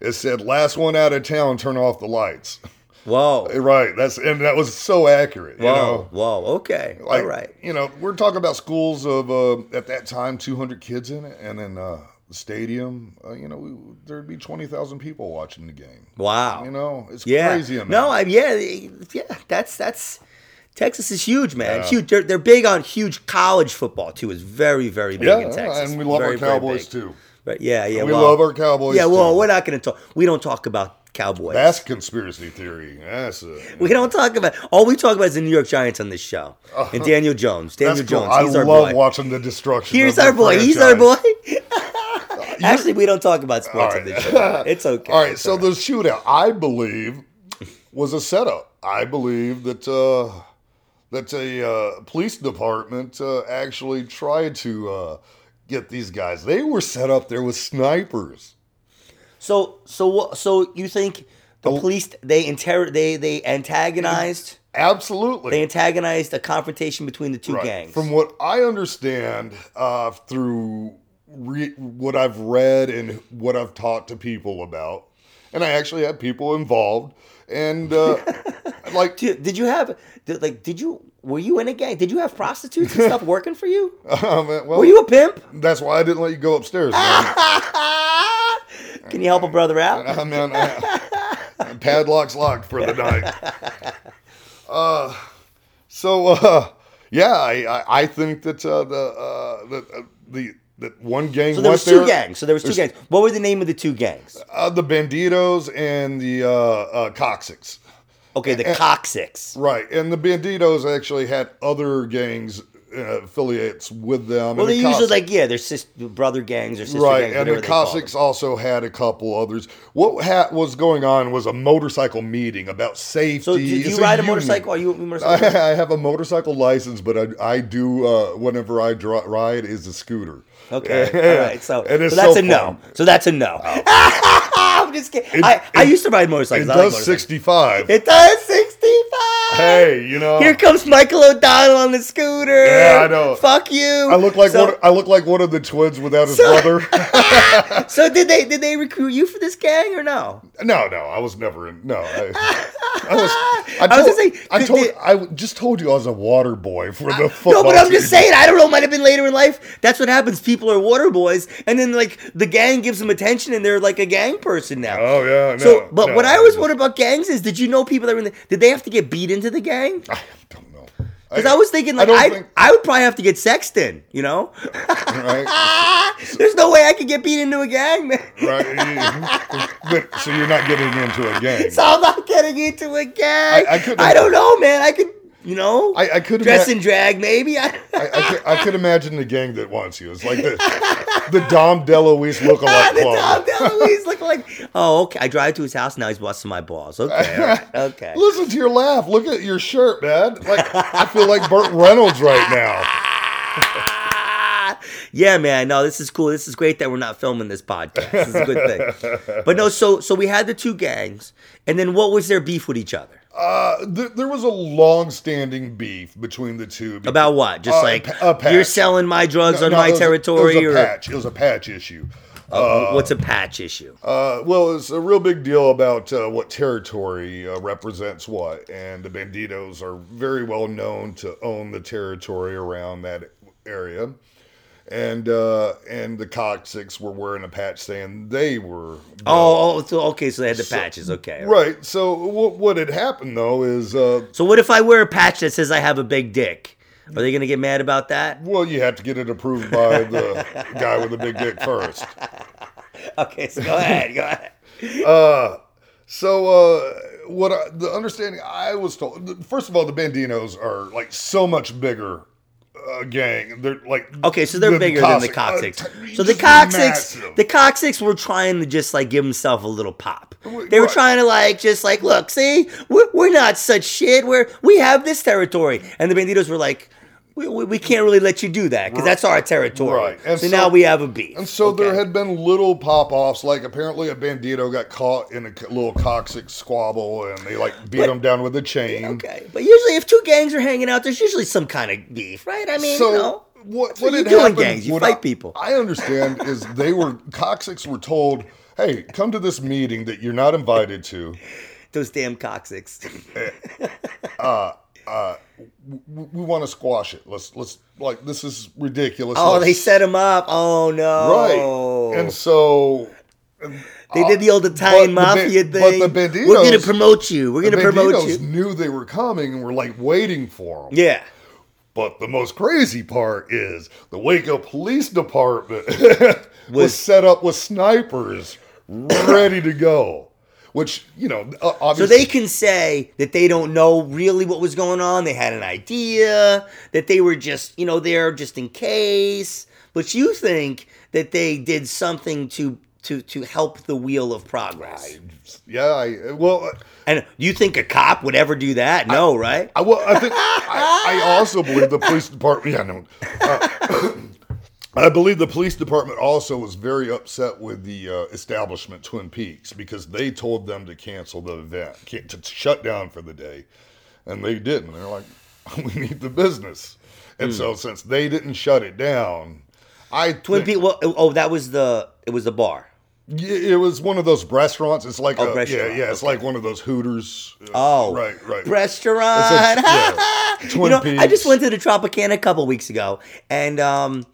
Speaker 2: It said, "Last one out of town, turn off the lights."
Speaker 1: Whoa,
Speaker 2: Right. That's and that was so accurate.
Speaker 1: whoa,
Speaker 2: You know?
Speaker 1: whoa. Okay,
Speaker 2: Like,
Speaker 1: all right.
Speaker 2: You know, we're talking about schools of uh, at that time 200 kids in it, and then uh, the stadium. Uh, you know, we, there'd be 20,000 people watching the game.
Speaker 1: Wow.
Speaker 2: You know, it's
Speaker 1: yeah.
Speaker 2: crazy. Amount.
Speaker 1: No, I yeah, yeah. That's that's Texas is huge, man. Huge. They're, they're big on huge college football too. It's very very big
Speaker 2: yeah,
Speaker 1: in
Speaker 2: yeah,
Speaker 1: Texas.
Speaker 2: and we love
Speaker 1: very,
Speaker 2: our
Speaker 1: very
Speaker 2: Cowboys
Speaker 1: big.
Speaker 2: too.
Speaker 1: But yeah, yeah.
Speaker 2: We
Speaker 1: well,
Speaker 2: love our Cowboys.
Speaker 1: Yeah, well,
Speaker 2: too.
Speaker 1: we're not going to talk. We don't talk about Cowboys.
Speaker 2: that's conspiracy theory. That's uh, a,
Speaker 1: we don't talk about. All we talk about is the New York Giants on this show and Daniel Jones. Daniel
Speaker 2: Uh-huh. that's cool.
Speaker 1: Jones.
Speaker 2: I
Speaker 1: He's our
Speaker 2: love
Speaker 1: boy.
Speaker 2: watching the destruction.
Speaker 1: Here's
Speaker 2: of
Speaker 1: our
Speaker 2: the
Speaker 1: boy. He's our boy.
Speaker 2: franchise.
Speaker 1: Actually, we don't talk about sports on
Speaker 2: All
Speaker 1: this show. It's okay.
Speaker 2: All right, so the shootout, I believe, was a setup. I believe that uh, that a uh, police department uh, actually tried to uh, get these guys. They were set up there with snipers.
Speaker 1: So so what? So you think the
Speaker 2: Oh.
Speaker 1: police they inter they they antagonized
Speaker 2: Absolutely.
Speaker 1: they antagonized a confrontation between the two
Speaker 2: Mm-hmm. Right.
Speaker 1: gangs?
Speaker 2: From what I understand, uh, through re- what I've read and what I've talked to people about, and I actually had people involved, and uh, like
Speaker 1: Dude, did you have did, like did you were you in a gang? Did you have prostitutes and stuff working for you?
Speaker 2: um, well,
Speaker 1: Were you a pimp?
Speaker 2: that's why I didn't let you go upstairs. Man.
Speaker 1: Can you help a brother out?
Speaker 2: I mean, I, padlock's locked for the night. Uh, so uh, yeah, I, I, I think that uh, the uh, that uh, the that one gang
Speaker 1: So there
Speaker 2: went
Speaker 1: was two
Speaker 2: there.
Speaker 1: gangs. So there was two gangs. What were the name of the two gangs?
Speaker 2: Uh, the Bandidos and the uh, uh, Coxics.
Speaker 1: Okay,
Speaker 2: Eh,
Speaker 1: the Coccyx.
Speaker 2: Right. And the Bandidos actually had other gangs uh, affiliates with them.
Speaker 1: Well,
Speaker 2: and
Speaker 1: they're
Speaker 2: the
Speaker 1: usually
Speaker 2: Cossacks-
Speaker 1: like yeah, they're sis- brother gangs or sister
Speaker 2: Right,
Speaker 1: gangs.
Speaker 2: and
Speaker 1: whatever
Speaker 2: the
Speaker 1: they call them.
Speaker 2: Cossacks also had a couple others. What ha- was going on was a motorcycle meeting about safety.
Speaker 1: So do, do
Speaker 2: It's
Speaker 1: you ride a
Speaker 2: union.
Speaker 1: motorcycle? Are you a motorcycle?
Speaker 2: I, I have a motorcycle license, but I, I do uh, whenever I dri ride is a scooter.
Speaker 1: Okay. All right. So,
Speaker 2: And it's
Speaker 1: so that's
Speaker 2: so
Speaker 1: a no.
Speaker 2: fun. Oh.
Speaker 1: So that's a no. I'm just kidding. I, I
Speaker 2: it-
Speaker 1: used to ride
Speaker 2: It
Speaker 1: motorcycles. I like
Speaker 2: does
Speaker 1: motorcycles.
Speaker 2: sixty five.
Speaker 1: It does 65.
Speaker 2: Hey, you know,
Speaker 1: Here comes Michael O'Donnell on the scooter.
Speaker 2: Yeah, I know.
Speaker 1: Fuck you.
Speaker 2: I look like
Speaker 1: so,
Speaker 2: one. I look like one of the twins without his
Speaker 1: So-
Speaker 2: brother.
Speaker 1: So did they did they recruit you for this gang or no?
Speaker 2: no, no, I was never in. No, I, I was. I,
Speaker 1: I was
Speaker 2: told,
Speaker 1: gonna say,
Speaker 2: I
Speaker 1: did-
Speaker 2: told.
Speaker 1: did-
Speaker 2: I just told you I was a water boy for the football.
Speaker 1: No, but I'm just
Speaker 2: team.
Speaker 1: saying. I don't know. Might have been later in life. That's what happens. People are water boys, and then like the gang gives them attention, and they're like a gang person now.
Speaker 2: Oh yeah. No,
Speaker 1: so, but
Speaker 2: no,
Speaker 1: what I always
Speaker 2: just-
Speaker 1: wondered about gangs is, did you know people that were in? The, did they have to get beat into the gang?
Speaker 2: I don't know.
Speaker 1: Because I, was thinking, like,
Speaker 2: don't
Speaker 1: I, I,
Speaker 2: think-
Speaker 1: would probably have to get Sexton, you know?
Speaker 2: right.
Speaker 1: There's no way I could get beat into a gang, man.
Speaker 2: Right. but, so you're not getting into a game.
Speaker 1: So I'm not getting into a gang.
Speaker 2: I- I couldn't-
Speaker 1: don't know, man. I could, you know,
Speaker 2: I, I could
Speaker 1: dress
Speaker 2: ima-
Speaker 1: in drag, maybe. I,
Speaker 2: I, I could, I could imagine the gang that wants you. It's like the the Dom DeLuise lookalike
Speaker 1: the Tom
Speaker 2: club.
Speaker 1: DeLuise look like, oh, okay. I drive to his house now. He's busting my balls. Okay, all right, okay.
Speaker 2: Listen to your laugh. Look at your shirt, man. Like I feel like Burt Reynolds right now.
Speaker 1: Ah! yeah, man. No, this is cool. This is great that we're not filming this podcast. This is a good thing. But no, so so we had the two gangs, and then what was their beef with each other?
Speaker 2: Uh, th- there was a long-standing beef between the two. because-
Speaker 1: About what? Just
Speaker 2: Uh,
Speaker 1: like
Speaker 2: a pa- a patch.
Speaker 1: you're selling my drugs on
Speaker 2: No,
Speaker 1: my
Speaker 2: it was a-
Speaker 1: territory,
Speaker 2: It was
Speaker 1: or
Speaker 2: a patch. It was a patch issue.
Speaker 1: Uh, what's a patch issue?
Speaker 2: Uh, well, it's a real big deal about uh, what territory uh, represents what, and the Bandidos are very well known to own the territory around that area, and uh, and the Coccyx were wearing a patch saying they were
Speaker 1: oh, oh, so okay, so they had the patches. Okay, all right.
Speaker 2: right. So what what had happened though is uh,
Speaker 1: So what if I wear a patch that says I have a big dick? Are they gonna get mad about that?
Speaker 2: well, you have to get it approved by the guy with the big dick first.
Speaker 1: Okay, so go ahead, go ahead.
Speaker 2: So uh, what I, the understanding I was told? th- First of all, the Bandinos are like so much bigger uh, gang. They're like
Speaker 1: Okay, so they're
Speaker 2: than
Speaker 1: bigger than the
Speaker 2: Cossack-
Speaker 1: Coccyx.
Speaker 2: uh, t-
Speaker 1: So the
Speaker 2: just
Speaker 1: Coccyx,
Speaker 2: massive.
Speaker 1: the Coccyx were trying to just like give himself a little pop.
Speaker 2: Wait,
Speaker 1: They were
Speaker 2: what?
Speaker 1: trying to like just like look, see, we're, we're not such shit. We're we have this territory, and the banditos were like, we, we, we can't really let you do that because that's our territory.
Speaker 2: Right, and
Speaker 1: so,
Speaker 2: so-
Speaker 1: now we have a beef.
Speaker 2: and so there
Speaker 1: Okay.
Speaker 2: had been little pop offs. Like apparently a bandito got caught in a c- little Coccyx squabble, and they like beat him down with a chain.
Speaker 1: Okay, but usually if two gangs are hanging out, there's usually some kind of beef, right? I mean,
Speaker 2: so
Speaker 1: you know,
Speaker 2: what,
Speaker 1: that's what
Speaker 2: what
Speaker 1: you
Speaker 2: had
Speaker 1: do in
Speaker 2: happened,
Speaker 1: gangs, you
Speaker 2: what
Speaker 1: fight
Speaker 2: I,
Speaker 1: people.
Speaker 2: I understand is they were Coccyx were told, "Hey, come to this meeting that you're not invited to."
Speaker 1: those damn coccyx.
Speaker 2: we, uh, we want to squash it. Let's let's like this is ridiculous.
Speaker 1: oh,
Speaker 2: Let's-
Speaker 1: they oh. set him up. Oh no,
Speaker 2: right. And so
Speaker 1: They did the old Italian
Speaker 2: but the ba-
Speaker 1: mafia
Speaker 2: but
Speaker 1: thing.
Speaker 2: the
Speaker 1: We're gonna
Speaker 2: Bandidos-
Speaker 1: promote you. We're
Speaker 2: the
Speaker 1: gonna promote
Speaker 2: Bandidos
Speaker 1: you.
Speaker 2: knew they were coming and were like waiting for them.
Speaker 1: Yeah.
Speaker 2: But the most crazy part is the Waco Police Department was, set up with snipers ready to go. Which, you know, uh,
Speaker 1: So
Speaker 2: obviously.
Speaker 1: they can say that they don't know really what was going on. They had an idea that they were just, you know, there just in case. But you think that they did something to to to help the wheel of progress.
Speaker 2: yeah, I, well,
Speaker 1: And you think a cop would ever do that? No, right?
Speaker 2: I, well, I think I, I also believe the police department. Yeah, no. Uh, I believe the police department also was very upset with the uh, establishment Twin Peaks because they told them to cancel the event, can- to shut down for the day, and they didn't. They're like, we need the business, and so
Speaker 1: Hmm.
Speaker 2: since they didn't shut it down, I
Speaker 1: Twin
Speaker 2: think
Speaker 1: Peaks. Well, oh, that was the it was the bar.
Speaker 2: Yeah, it was one of those restaurants. It's like
Speaker 1: Oh,
Speaker 2: a,
Speaker 1: restaurant,
Speaker 2: yeah, yeah. It's like one of those Hooters. uh,
Speaker 1: Oh,
Speaker 2: right, right.
Speaker 1: Restaurant.
Speaker 2: It's a- yeah.
Speaker 1: you
Speaker 2: Twin
Speaker 1: know, I
Speaker 2: Peaks.
Speaker 1: just went to the Tropicana a couple weeks ago, and um,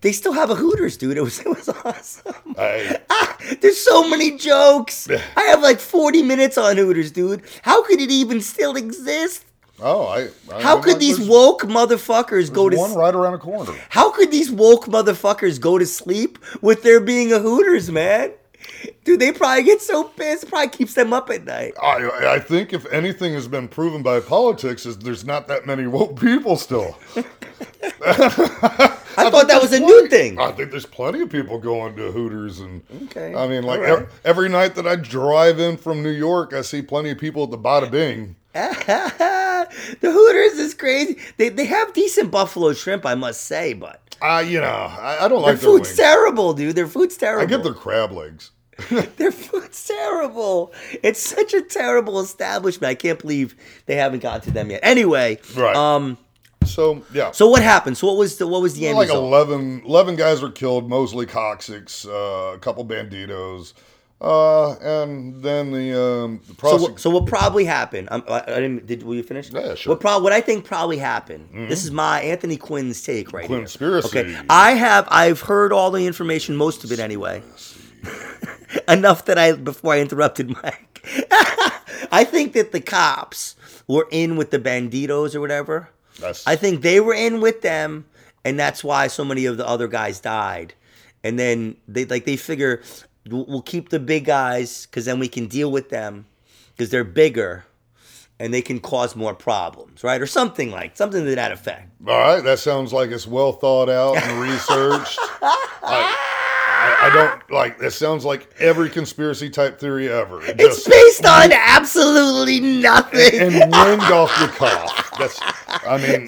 Speaker 1: they still have a Hooters, dude. It was it was awesome.
Speaker 2: I-
Speaker 1: There's so many jokes. I have like 40 minutes on Hooters, dude. How could it even still exist?
Speaker 2: oh, I. I
Speaker 1: How
Speaker 2: I'm
Speaker 1: could
Speaker 2: like,
Speaker 1: these
Speaker 2: there's
Speaker 1: woke motherfuckers go to
Speaker 2: one
Speaker 1: s-
Speaker 2: right around the corner?
Speaker 1: How could these woke motherfuckers go to sleep with there being a Hooters, man? Dude, they probably get so pissed. It probably keeps them up at night.
Speaker 2: I, I think if anything has been proven by politics is there's not that many woke people still.
Speaker 1: I,
Speaker 2: I
Speaker 1: thought
Speaker 2: think
Speaker 1: Oh, that was a
Speaker 2: Uh, there's
Speaker 1: new
Speaker 2: plenty-
Speaker 1: thing.
Speaker 2: I think there's plenty of people going to Hooters and.
Speaker 1: Okay.
Speaker 2: I mean, like
Speaker 1: All right.
Speaker 2: ev- every night that I drive in from New York, I see plenty of people at the Bada Bing.
Speaker 1: the Hooters is crazy. They, they have decent buffalo shrimp, I must say, but
Speaker 2: I, Uh, you know, I, I don't
Speaker 1: their
Speaker 2: like their
Speaker 1: food's
Speaker 2: wings.
Speaker 1: terrible, dude. Their food's terrible.
Speaker 2: I get their crab legs.
Speaker 1: Their food's terrible. It's such a terrible establishment. I can't believe they haven't gotten to them yet. Anyway,
Speaker 2: Right.
Speaker 1: Um.
Speaker 2: So yeah.
Speaker 1: So what happened? So what was the what was the
Speaker 2: There
Speaker 1: end
Speaker 2: were like
Speaker 1: result?
Speaker 2: 11, 11 guys were killed, mostly coccyx, uh, a couple banditos, uh, and then the, um, the
Speaker 1: So,
Speaker 2: prosec-
Speaker 1: what- so what probably happened? Um, I, I didn't. Did were you finished?
Speaker 2: Yeah, sure. Mm-hmm.
Speaker 1: What prob- What I think probably happened. This is my Anthony Quinn's take right here.
Speaker 2: Quinnspiracy.
Speaker 1: Okay. I have. I've heard all the information, most of it anyway. Enough that I before I interrupted Mike. I think that the cops were in with the banditos or whatever.
Speaker 2: That's-
Speaker 1: I think they were in with them, and that's why so many of the other guys died. And then they like they figure we'll we'll keep the big guys because then we can deal with them because they're bigger and they can cause more problems, right? Or something like something to that effect.
Speaker 2: all right, that sounds like it's well thought out and researched. I, I, I don't like. That sounds like every conspiracy type theory ever. It
Speaker 1: It's
Speaker 2: just-
Speaker 1: based on absolutely nothing.
Speaker 2: and wind off the cuff. That's. I mean,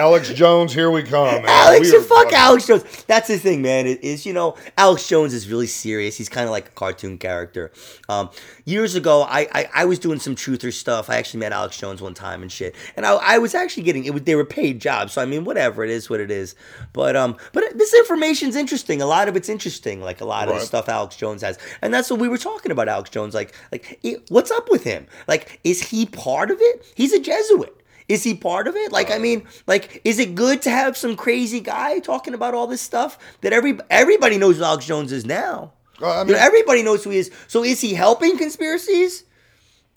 Speaker 2: Alex Jones, here we come. man.
Speaker 1: Alex,
Speaker 2: We
Speaker 1: you
Speaker 2: are
Speaker 1: fuck
Speaker 2: fucking-
Speaker 1: Alex Jones. That's the thing, man. It is you know Alex Jones is really serious. He's kind of like a cartoon character. Um, years ago, I, I I was doing some truther stuff. I actually met Alex Jones one time and shit. And I, I was actually getting it. was- They were paid jobs, so I mean, whatever it is, what it is. But um, but this information's interesting. A lot of it's interesting. Like a lot of the
Speaker 2: Right.
Speaker 1: stuff Alex Jones has, and that's what we were talking about. Alex Jones, like like i- what's up with him? Like is he part of it? He's a Jesuit. Is he part of it? Like, I mean, like, is it good to have some crazy guy talking about all this stuff that every everybody knows who Alex Jones is now?
Speaker 2: Well, I
Speaker 1: You know,
Speaker 2: mean-
Speaker 1: everybody knows who he is. So is he helping conspiracies?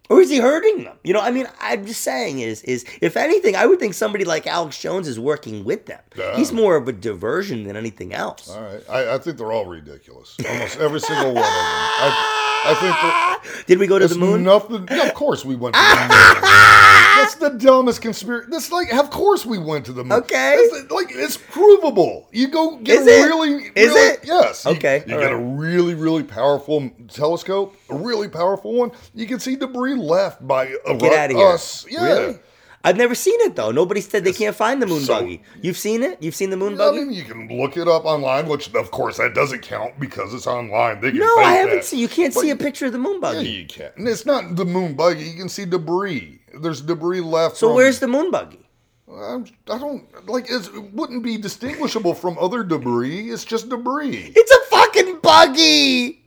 Speaker 1: Or is he hurting them? You know, I mean, I'm just saying is is if anything, I would think somebody like Alex Jones is working with them.
Speaker 2: Yeah.
Speaker 1: He's more of a diversion than anything else.
Speaker 2: All right, I, I think they're all ridiculous. Almost every single one of them. I, I think. they're-
Speaker 1: Did we go to
Speaker 2: It's
Speaker 1: the moon?
Speaker 2: Nothing. Yeah, of course we went to the moon. That's the dumbest conspiracy. That's like, of course we went to the moon.
Speaker 1: Okay.
Speaker 2: That's like, it's provable. You go get
Speaker 1: Is
Speaker 2: a
Speaker 1: it?
Speaker 2: really,
Speaker 1: Is
Speaker 2: really-
Speaker 1: it?
Speaker 2: Yes. You-
Speaker 1: Okay,
Speaker 2: You,
Speaker 1: all
Speaker 2: get
Speaker 1: right.
Speaker 2: a really, really powerful telescope, a really powerful one. You can see debris left by a
Speaker 1: Get out of here.
Speaker 2: us. Yeah.
Speaker 1: Really? I've never seen it though. Nobody said they can't find the moon
Speaker 2: so-
Speaker 1: buggy. You've seen it? You've seen the moon
Speaker 2: I
Speaker 1: buggy?
Speaker 2: mean, you can look it up online, which of course that doesn't count because it's online. They can
Speaker 1: No,
Speaker 2: fake
Speaker 1: I haven't
Speaker 2: that.
Speaker 1: seen. You can't see a picture of the moon
Speaker 2: Yeah,
Speaker 1: buggy.
Speaker 2: you can. And it's not the moon buggy. You can see debris. There's debris left.
Speaker 1: so
Speaker 2: from-
Speaker 1: where's the moon buggy?
Speaker 2: I'm, I don't like it's, it. Wouldn't be distinguishable from other debris. It's just debris.
Speaker 1: It's a fucking buggy.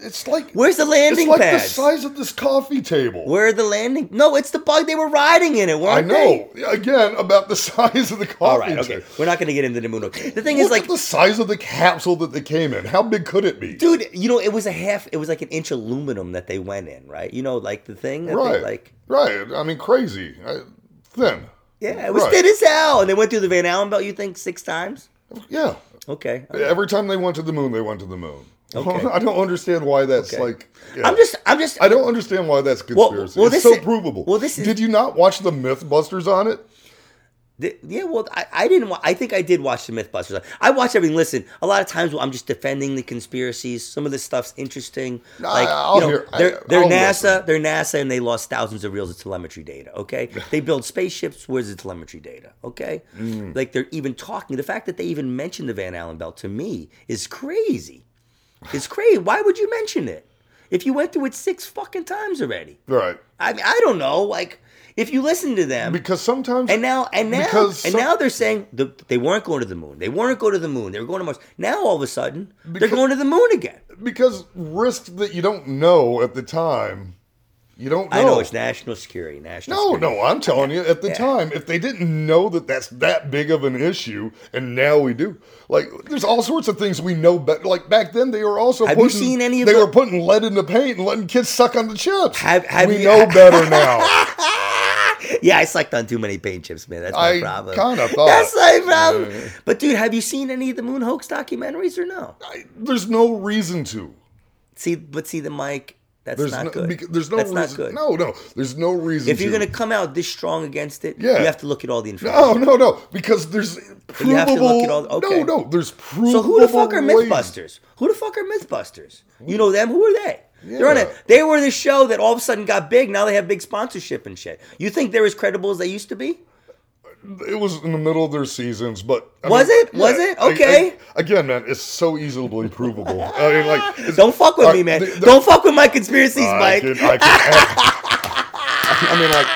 Speaker 2: It's like
Speaker 1: Where's the
Speaker 2: it's
Speaker 1: landing
Speaker 2: like the
Speaker 1: pads?
Speaker 2: size of this coffee table.
Speaker 1: Where are the landing? No, it's the bug. They were riding in it,
Speaker 2: I
Speaker 1: weren't they?
Speaker 2: know again about the size of the coffee
Speaker 1: All right, okay.
Speaker 2: table.
Speaker 1: We're not going to get into the moon. buggy. The thing
Speaker 2: Look
Speaker 1: is, like,
Speaker 2: at the size of the capsule that they came in. How big could it be?
Speaker 1: dude, you know, it was a half. It was like an inch aluminum that they went in, right? You know, like the thing. That they,
Speaker 2: right,
Speaker 1: like
Speaker 2: right. I mean, crazy. I, thin.
Speaker 1: Yeah, it was
Speaker 2: Right.
Speaker 1: thin as hell. And they went through the Van Allen belt, you think, six times?
Speaker 2: Yeah.
Speaker 1: Okay.
Speaker 2: Every time they went to the moon, they went to the moon.
Speaker 1: Okay.
Speaker 2: I don't understand why that's
Speaker 1: Okay.
Speaker 2: like. yeah.
Speaker 1: I'm just, I'm just,
Speaker 2: I don't understand why that's
Speaker 1: Well,
Speaker 2: conspiracy.
Speaker 1: well,
Speaker 2: it's
Speaker 1: this
Speaker 2: so
Speaker 1: is-
Speaker 2: provable.
Speaker 1: well, this is-
Speaker 2: Did you not watch the MythBusters on it?
Speaker 1: Th- Yeah, well, I, I didn't. Wa- I think I did watch the MythBusters. I watch everything. Listen, a lot of times I'm just defending the conspiracies. Some of this stuff's interesting.
Speaker 2: No,
Speaker 1: like
Speaker 2: I- I'll
Speaker 1: you know,
Speaker 2: hear- I-
Speaker 1: they're, they're
Speaker 2: I'll
Speaker 1: NASA.
Speaker 2: listen.
Speaker 1: They're NASA, and they lost thousands of reels of telemetry data. Okay, they build spaceships. Where's the telemetry data? Okay,
Speaker 2: Mm.
Speaker 1: like they're even talking. The fact that they even mentioned the Van Allen belt to me is crazy. It's crazy. Why would you mention it if you went through it six fucking times already?
Speaker 2: Right.
Speaker 1: I mean, I don't know. Like, if you listen to them,
Speaker 2: Because sometimes.
Speaker 1: and now, and now,
Speaker 2: Because
Speaker 1: and
Speaker 2: some-
Speaker 1: now they're saying the, they weren't going to the moon. They weren't going to the moon. They were going to Mars. Now all of a sudden, they're
Speaker 2: Because-
Speaker 1: going to the moon again.
Speaker 2: because risk that you don't know at the time, you don't know.
Speaker 1: I know it's national security. National.
Speaker 2: no,
Speaker 1: security.
Speaker 2: no, I'm telling you, at the
Speaker 1: Yeah.
Speaker 2: time, if they didn't know that that's that big of an issue, and now we do. Like, there's all sorts of things we know better. Like back then, they were also
Speaker 1: Have you
Speaker 2: putting,
Speaker 1: seen any of
Speaker 2: they
Speaker 1: the-
Speaker 2: were putting lead in the paint and letting kids suck on the chips.
Speaker 1: Have- have
Speaker 2: we
Speaker 1: you-
Speaker 2: know better now?
Speaker 1: Yeah, I sucked on too many paint chips, man. That's my
Speaker 2: I
Speaker 1: problem.
Speaker 2: kinda thought.
Speaker 1: That's my problem.
Speaker 2: Yeah.
Speaker 1: But dude, have you seen any of the moon hoax documentaries or no?
Speaker 2: I- there's no reason to.
Speaker 1: See, but see the mic. That's
Speaker 2: There's
Speaker 1: not
Speaker 2: no,
Speaker 1: good.
Speaker 2: bec- there's no
Speaker 1: That's
Speaker 2: reason.
Speaker 1: not good.
Speaker 2: No, no, there's no reason.
Speaker 1: If you're
Speaker 2: to.
Speaker 1: gonna come out this strong against it,
Speaker 2: Yeah.
Speaker 1: you have to look at all the information.
Speaker 2: No, no, no. Because there's provable.
Speaker 1: you have to look at all- okay.
Speaker 2: No, no. There's provable.
Speaker 1: So who the fuck are
Speaker 2: ways.
Speaker 1: MythBusters? Who the fuck are MythBusters? You know them? Who are they? They're on
Speaker 2: Yeah.
Speaker 1: a, they were the show that all of a sudden got big. Now they have big sponsorship and shit. You think they're as credible as they used to be?
Speaker 2: It was in the middle of their seasons, but I
Speaker 1: Was it? Was it?
Speaker 2: I- I-
Speaker 1: Okay.
Speaker 2: again, man, it's so easily provable. I mean, like, it's-
Speaker 1: Don't fuck with
Speaker 2: all
Speaker 1: me,
Speaker 2: right,
Speaker 1: man.
Speaker 2: the- the-
Speaker 1: Don't fuck with my conspiracies,
Speaker 2: I
Speaker 1: Mike.
Speaker 2: can, I, can, I mean, like.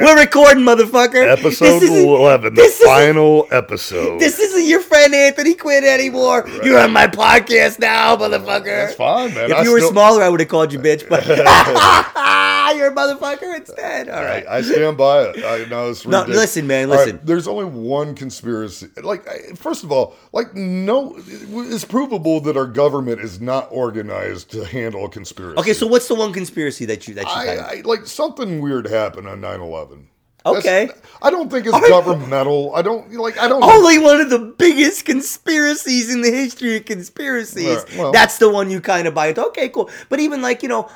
Speaker 1: we're recording, motherfucker.
Speaker 2: Episode
Speaker 1: isn't-
Speaker 2: 11, the
Speaker 1: This isn't,
Speaker 2: final episode.
Speaker 1: this isn't your friend Anthony Quinn anymore. You're on my podcast now, motherfucker.
Speaker 2: That's fine, man.
Speaker 1: If
Speaker 2: I
Speaker 1: you were
Speaker 2: still-
Speaker 1: smaller, I would have called you bitch, but you're a motherfucker instead. All right.
Speaker 2: I, I stand by it. I know it's
Speaker 1: No,
Speaker 2: ridiculous.
Speaker 1: listen, man,
Speaker 2: All right,
Speaker 1: listen.
Speaker 2: there's only one conspiracy. Like, I- first of all, like, no, it's provable that our government is not organized to handle a conspiracy.
Speaker 1: Okay, so what's the one conspiracy that you that you
Speaker 2: I,
Speaker 1: kind of-
Speaker 2: I like something weird happened on 9-11. That's-
Speaker 1: Okay.
Speaker 2: I don't think it's
Speaker 1: right.
Speaker 2: governmental. I don't like. I don't.
Speaker 1: Only one of the biggest conspiracies in the history of conspiracies.
Speaker 2: Alright, well-
Speaker 1: That's the one you kind of buy into. Okay, cool. But even like you know,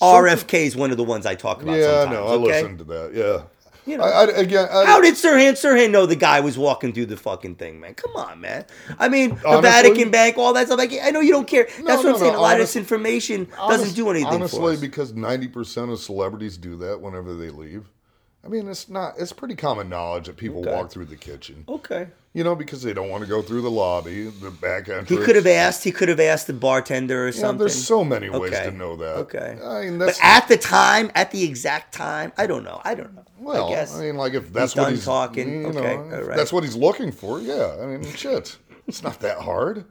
Speaker 1: RFK is one of the ones I talk about.
Speaker 2: yeah, I
Speaker 1: sometimes,
Speaker 2: know. I
Speaker 1: Okay?
Speaker 2: listened to that. Yeah.
Speaker 1: You know.
Speaker 2: I, I, again, I,
Speaker 1: How did Sirhan Sirhan know the guy was walking through the fucking thing, man? Come on, man. I mean, the
Speaker 2: Honestly-
Speaker 1: Vatican Bank, all that stuff. Like, I know you don't care. That's what
Speaker 2: no,
Speaker 1: I'm saying. A
Speaker 2: no,
Speaker 1: lot of
Speaker 2: honest-
Speaker 1: this information
Speaker 2: Honest-
Speaker 1: doesn't do anything
Speaker 2: Honestly,
Speaker 1: for us.
Speaker 2: because ninety percent of celebrities do that whenever they leave. I mean, it's not. It's pretty common knowledge that people
Speaker 1: Okay.
Speaker 2: walk through the kitchen.
Speaker 1: okay.
Speaker 2: You know, because they don't want to go through the lobby, the back entrance.
Speaker 1: He could have asked. He could have asked the bartender or
Speaker 2: You know,
Speaker 1: something.
Speaker 2: there's so many ways
Speaker 1: Okay.
Speaker 2: to know that.
Speaker 1: Okay.
Speaker 2: I mean,
Speaker 1: But
Speaker 2: that's
Speaker 1: at the time, at the exact time, I don't know. I don't know.
Speaker 2: well.
Speaker 1: I
Speaker 2: I,
Speaker 1: guess.
Speaker 2: mean, like if that's what
Speaker 1: done
Speaker 2: he's
Speaker 1: talking.
Speaker 2: You
Speaker 1: Okay,
Speaker 2: know, if
Speaker 1: all right.
Speaker 2: that's what he's looking for. Yeah. I mean, shit. It's not that hard.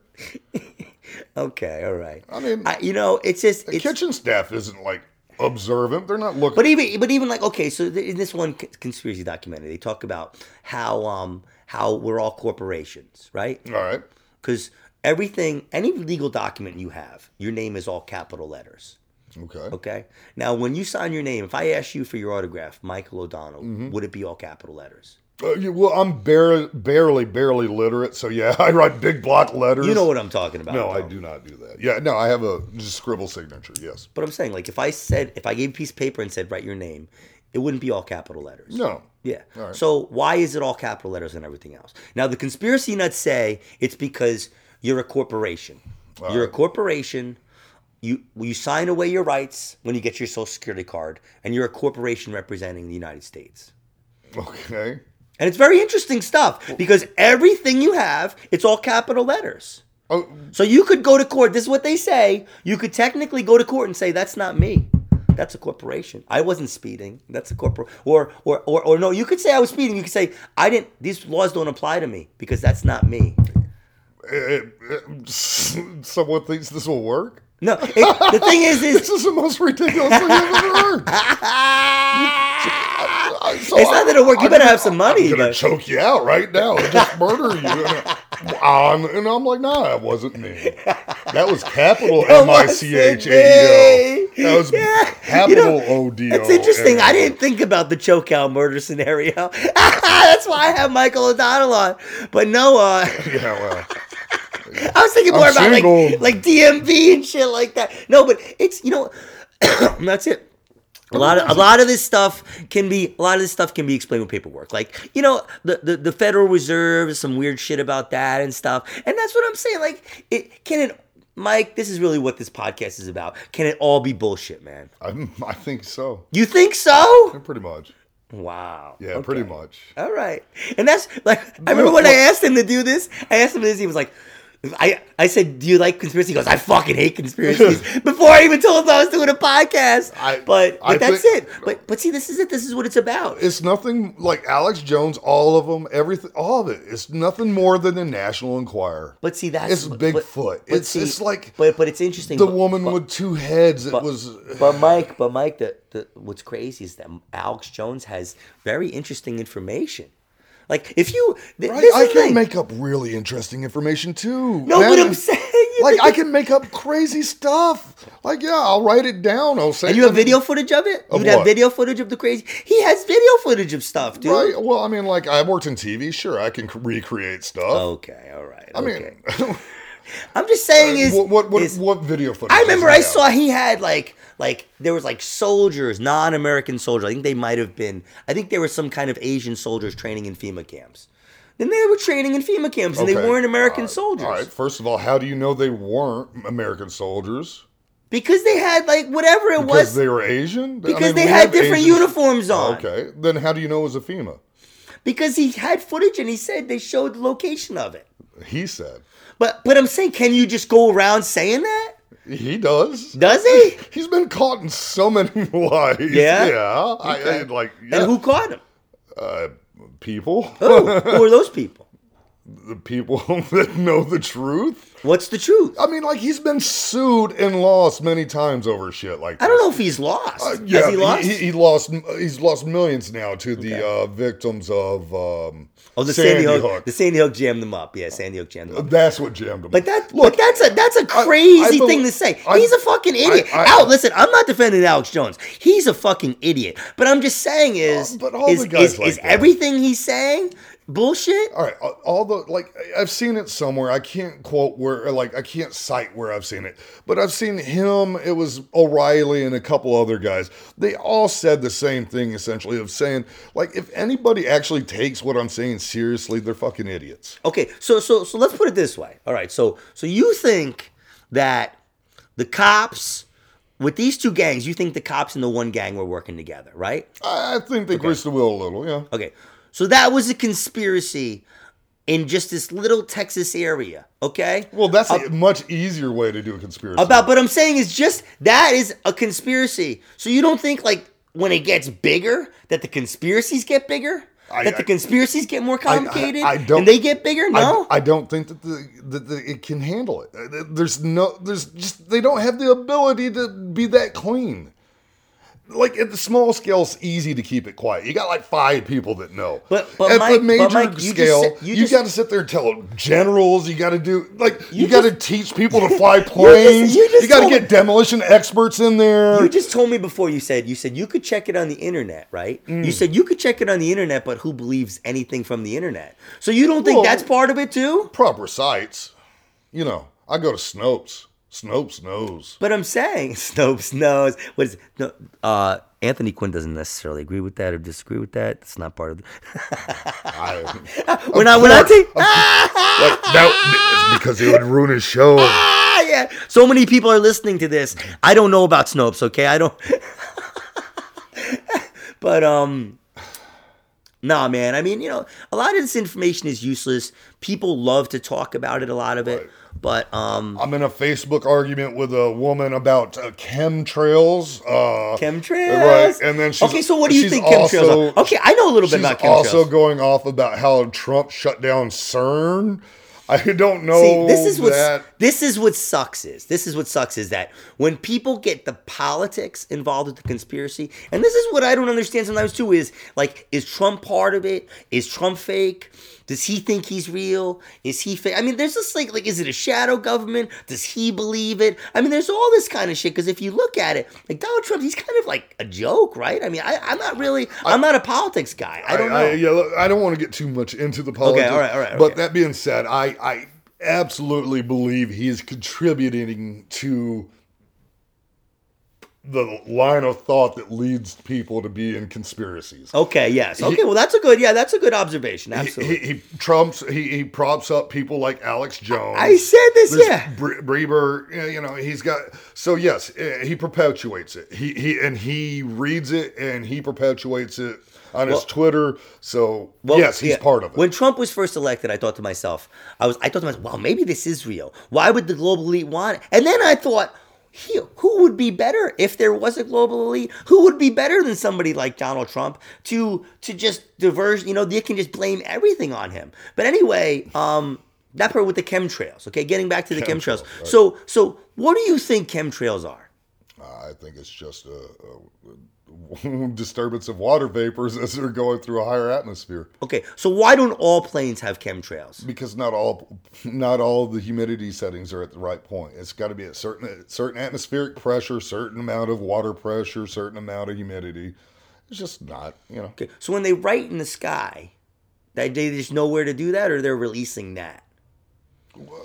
Speaker 1: okay, all right. I
Speaker 2: mean-
Speaker 1: you know, it's just
Speaker 2: The
Speaker 1: it's,
Speaker 2: kitchen staff isn't like observant. They're not looking.
Speaker 1: But even but even like okay, so th- in this one c- conspiracy documentary, they talk about how um how we're all corporations, right?
Speaker 2: all right.
Speaker 1: Because everything, any legal document you have, your name is all capital letters.
Speaker 2: Okay.
Speaker 1: Okay. Now, when you sign your name, if I asked you for your autograph, Michael O'Donnell,
Speaker 2: Mm-hmm.
Speaker 1: would it be all capital letters?
Speaker 2: Uh, you, well, I'm barely, barely, barely literate, so yeah, I write big block letters.
Speaker 1: You know what I'm talking about.
Speaker 2: No, I
Speaker 1: though.
Speaker 2: do not do that. Yeah, no, I have a just scribble signature. Yes.
Speaker 1: But I'm saying, like, if I said, if I gave a piece of paper and said, write your name, it wouldn't be all capital letters.
Speaker 2: No.
Speaker 1: Yeah.
Speaker 2: Alright.
Speaker 1: So why is it all capital letters and everything else? Now, the conspiracy nuts say it's because you're a corporation. you're a corporation. You, you sign away your rights when you get your social security card, and you're a corporation representing the United States.
Speaker 2: Okay.
Speaker 1: And it's very interesting stuff because everything you have, it's all capital letters.
Speaker 2: Oh,
Speaker 1: So you could go to court. This is what they say. You could technically go to court and say that's not me. That's a corporation. I wasn't speeding. That's a corporate. Or, or or or no, you could say I was speeding. You could say I didn't. These laws don't apply to me because that's not me.
Speaker 2: eh, eh, someone thinks this will work.
Speaker 1: No, it, the thing is,
Speaker 2: This
Speaker 1: is
Speaker 2: is the most ridiculous thing I've ever heard. I- so
Speaker 1: It's not that it'll work. You
Speaker 2: I'm
Speaker 1: better
Speaker 2: gonna-
Speaker 1: have some money,
Speaker 2: I'm gonna
Speaker 1: but-
Speaker 2: choke you out right now and just murder you. And, I'm, and I'm like, nah, it wasn't me. That was capital M I C H A E L. That was
Speaker 1: Yeah, you know,
Speaker 2: capital ODO.
Speaker 1: That's interesting. I
Speaker 2: and-
Speaker 1: didn't think about the chokeout murder scenario. that's why I have Michael O'Donnell on. But no, uh,
Speaker 2: Yeah, well,
Speaker 1: I was thinking more
Speaker 2: I'm
Speaker 1: about
Speaker 2: single.
Speaker 1: like like DMV and shit like that. No, but it's you know that's it. A lot of a lot of this stuff can be a lot of this stuff can be explained with paperwork. Like you know the the, the Federal Reserve, some weird shit about that and stuff. And that's what I'm saying. Like it can it. Mike, this is really what this podcast is about. Can it all be bullshit, man?
Speaker 2: I'm, I think so.
Speaker 1: You think so?
Speaker 2: Pretty much.
Speaker 1: Wow.
Speaker 2: Yeah,
Speaker 1: Okay.
Speaker 2: pretty much.
Speaker 1: All right. And that's like I remember when I asked him to do this, I asked him this, he was like I, I said, Do you like conspiracy? He goes, I fucking hate conspiracies before I even told him I was doing a podcast.
Speaker 2: I-
Speaker 1: but but
Speaker 2: I
Speaker 1: that's
Speaker 2: think-
Speaker 1: it. But but see, this is it. This is what it's about.
Speaker 2: It's nothing like Alex Jones. All of them, everything, all of it. It's nothing more than the National Enquirer.
Speaker 1: but see that's
Speaker 2: it's
Speaker 1: but-
Speaker 2: Bigfoot.
Speaker 1: but
Speaker 2: It's
Speaker 1: see-
Speaker 2: it's like
Speaker 1: but but it's interesting.
Speaker 2: the
Speaker 1: but-
Speaker 2: woman with two heads. It
Speaker 1: but-
Speaker 2: was
Speaker 1: but Mike, but Mike, the, the what's crazy is that Alex Jones has very interesting information. Like if you th-
Speaker 2: right.
Speaker 1: this
Speaker 2: I
Speaker 1: is the
Speaker 2: can
Speaker 1: thing.
Speaker 2: make up really interesting information too.
Speaker 1: no, but
Speaker 2: man.
Speaker 1: I'm saying you
Speaker 2: Like
Speaker 1: think
Speaker 2: I
Speaker 1: it's-
Speaker 2: can make up crazy stuff. Like yeah, I'll write it down. I'll say.
Speaker 1: And you have
Speaker 2: something.
Speaker 1: video footage of it?
Speaker 2: Of
Speaker 1: You'd have
Speaker 2: what?
Speaker 1: video footage of the crazy. He has video footage of stuff, dude.
Speaker 2: Right. Well, I mean, like I worked in TV. Sure, I can c- recreate stuff.
Speaker 1: Okay, all right.
Speaker 2: I mean,
Speaker 1: Oh,
Speaker 2: uh,
Speaker 1: okay. I'm just saying is
Speaker 2: what what what,
Speaker 1: is-
Speaker 2: what video footage?
Speaker 1: I
Speaker 2: does
Speaker 1: remember
Speaker 2: he
Speaker 1: I
Speaker 2: have?
Speaker 1: saw he had like like there was like soldiers, non-American soldiers. I think they might have been. I think there were some kind of Asian soldiers training in FEMA camps. Then they were training in FEMA camps, and
Speaker 2: Okay.
Speaker 1: they weren't American
Speaker 2: All right.
Speaker 1: soldiers
Speaker 2: All right. First of all, how do you know they weren't American soldiers?
Speaker 1: because they had like whatever it
Speaker 2: Because
Speaker 1: was.
Speaker 2: they were Asian. I
Speaker 1: because
Speaker 2: mean,
Speaker 1: they
Speaker 2: we
Speaker 1: had
Speaker 2: have
Speaker 1: different
Speaker 2: Asian-
Speaker 1: uniforms on.
Speaker 2: Okay. Then how do you know it was a FEMA?
Speaker 1: Because he had footage, and he said they showed the location of it.
Speaker 2: He said
Speaker 1: But but I'm saying, can you just go around saying that?
Speaker 2: he does.
Speaker 1: Does he?
Speaker 2: He's been caught in so many lies.
Speaker 1: Yeah?
Speaker 2: Yeah. I, I
Speaker 1: Okay.
Speaker 2: like.
Speaker 1: And
Speaker 2: Yeah.
Speaker 1: who caught him?
Speaker 2: uh, people.
Speaker 1: Who? who are those people?
Speaker 2: the people that know the truth.
Speaker 1: What's the truth?
Speaker 2: I mean, like he's been sued and lost many times over shit like that.
Speaker 1: I don't know if he's lost.
Speaker 2: Uh, yeah,
Speaker 1: Has he lost?
Speaker 2: He, he lost. He's lost millions now to the uh, victims of um,
Speaker 1: oh, the Sandy, Hook, The Sandy Hook jammed them up. Yeah, Sandy Hook jammed them up.
Speaker 2: That's what jammed him.
Speaker 1: But that look, that's a that's a
Speaker 2: I
Speaker 1: crazy
Speaker 2: bel-
Speaker 1: thing to say.
Speaker 2: I-
Speaker 1: He's a fucking idiot.
Speaker 2: I-
Speaker 1: Out, listen, I'm not defending Alex Jones. He's a fucking idiot. But I'm just saying is
Speaker 2: Uh, but all
Speaker 1: is,
Speaker 2: the guys
Speaker 1: is,
Speaker 2: like
Speaker 1: is
Speaker 2: that.
Speaker 1: everything he's saying bullshit?
Speaker 2: all right, all- all the like I- I've seen it somewhere. I can't quote where, or, like I can't cite where I've seen it, but I've seen him. It was O'Reilly and a couple other guys. They all said the same thing essentially of saying like if anybody actually takes what I'm saying seriously, they're fucking idiots.
Speaker 1: Okay, so so so let's put it this way. All right, so so you think that the cops with these two gangs, you think the cops and the one gang were working together, right?
Speaker 2: I I think they greased the wheel a little. Yeah,
Speaker 1: Okay, so that was a conspiracy in just this little Texas area. Okay,
Speaker 2: well, that's a much easier way to do a conspiracy.
Speaker 1: about but I'm saying is just that is a conspiracy. So you don't think like when it gets bigger that the conspiracies get bigger.
Speaker 2: I-
Speaker 1: that the
Speaker 2: I-
Speaker 1: conspiracies get more complicated
Speaker 2: I don't-
Speaker 1: and they get bigger?
Speaker 2: I-
Speaker 1: No?
Speaker 2: I, don't think that the that the, it can handle it. Uh, th- There's no, there's just they don't have the ability to be that clean. Like at the small scale, it's easy to keep it quiet. You got like five people that know.
Speaker 1: But- but
Speaker 2: at
Speaker 1: Mike-
Speaker 2: the
Speaker 1: but
Speaker 2: major
Speaker 1: Mike, you just
Speaker 2: scale,
Speaker 1: said-
Speaker 2: you,
Speaker 1: you just-
Speaker 2: got to sit there and tell generals. You got to do like you,
Speaker 1: You
Speaker 2: got to
Speaker 1: just-
Speaker 2: teach people to fly planes.
Speaker 1: you
Speaker 2: you
Speaker 1: just
Speaker 2: got to
Speaker 1: told
Speaker 2: get demolition experts in there.
Speaker 1: You just told me before you said you said you could check it on the internet, right? You said you could check it on the internet, but who believes anything from the internet? So you don't think
Speaker 2: Well-
Speaker 1: that's part of it too?
Speaker 2: proper sites. You know, I go to Snopes. Snopes knows.
Speaker 1: But I'm saying Snopes knows what is no, uh Anthony Quinn doesn't necessarily agree with that or disagree with that. It's not part of the
Speaker 2: I,
Speaker 1: when I when I
Speaker 2: course.
Speaker 1: take
Speaker 2: Like, that it's because it would ruin his show.
Speaker 1: ah, yeah. So many people are listening to this. I don't know about Snopes, okay? I don't But um Nah, man. I mean, you know, a lot of this information is useless. People love to talk about it, a lot of it. But um
Speaker 2: I'm in a Facebook argument with a woman about uh, chemtrails. Uh,
Speaker 1: chemtrails.
Speaker 2: Right, and then she's-
Speaker 1: Okay, so what do you
Speaker 2: she's
Speaker 1: think chemtrails
Speaker 2: also-
Speaker 1: are? Okay, I know a little bit
Speaker 2: She's
Speaker 1: about chemtrails.
Speaker 2: also going off about how Trump shut down CERN. I don't know.
Speaker 1: See, this is what
Speaker 2: that.
Speaker 1: this is what sucks is. This is what sucks is that when people get the politics involved with the conspiracy, and this is what I don't understand sometimes too is like, is Trump part of it? Is Trump fake? Does he think he's real? Is he fake? I mean, there's this like, like, is it a shadow government? Does he believe it? I mean, there's all this kind of shit. Because if you look at it, like Donald Trump, he's kind of like a joke, right? I mean, I, I'm not really, I, am not a politics guy. I don't know.
Speaker 2: I, yeah, look, I don't want to get too much into the politics.
Speaker 1: all right, all right,
Speaker 2: But
Speaker 1: okay.
Speaker 2: that being said, I I absolutely believe he is contributing to the line of thought that leads people to be in conspiracies.
Speaker 1: okay, yes. Okay, well, that's a good, yeah, that's a good observation. Absolutely.
Speaker 2: He, he trumps. He, he props up people like Alex Jones.
Speaker 1: I said this,
Speaker 2: There's
Speaker 1: yeah.
Speaker 2: Bre- Breber, eh, you know, he's got. So yes, eh, he perpetuates it. He he and he reads it and he perpetuates it on his Twitter. So
Speaker 1: Well,
Speaker 2: yes, he's
Speaker 1: yeah.
Speaker 2: part of it.
Speaker 1: When Trump was first elected, I thought to myself, I was, I thought to myself, wow, maybe this is real. Why would the global elite want it? And then I thought, he, who would be better if there was a global elite? Who would be better than somebody like Donald Trump to to just diversion? You know, they can just blame everything on him. But anyway, um, that part with the chemtrails. Okay, getting back to the chemtrails.
Speaker 2: Chemtrails, right.
Speaker 1: So, so what do you think chemtrails are?
Speaker 2: I think it's just a, a disturbance of water vapors as they're going through a higher atmosphere
Speaker 1: Okay, so why don't all planes have chemtrails?
Speaker 2: because not all not all the humidity settings are at the right point. It's got to be at certain certain atmospheric pressure, certain amount of water pressure, certain amount of humidity. It's just not, you know.
Speaker 1: Okay, so when they write in the sky, they, they just know where to do that, or they're releasing that.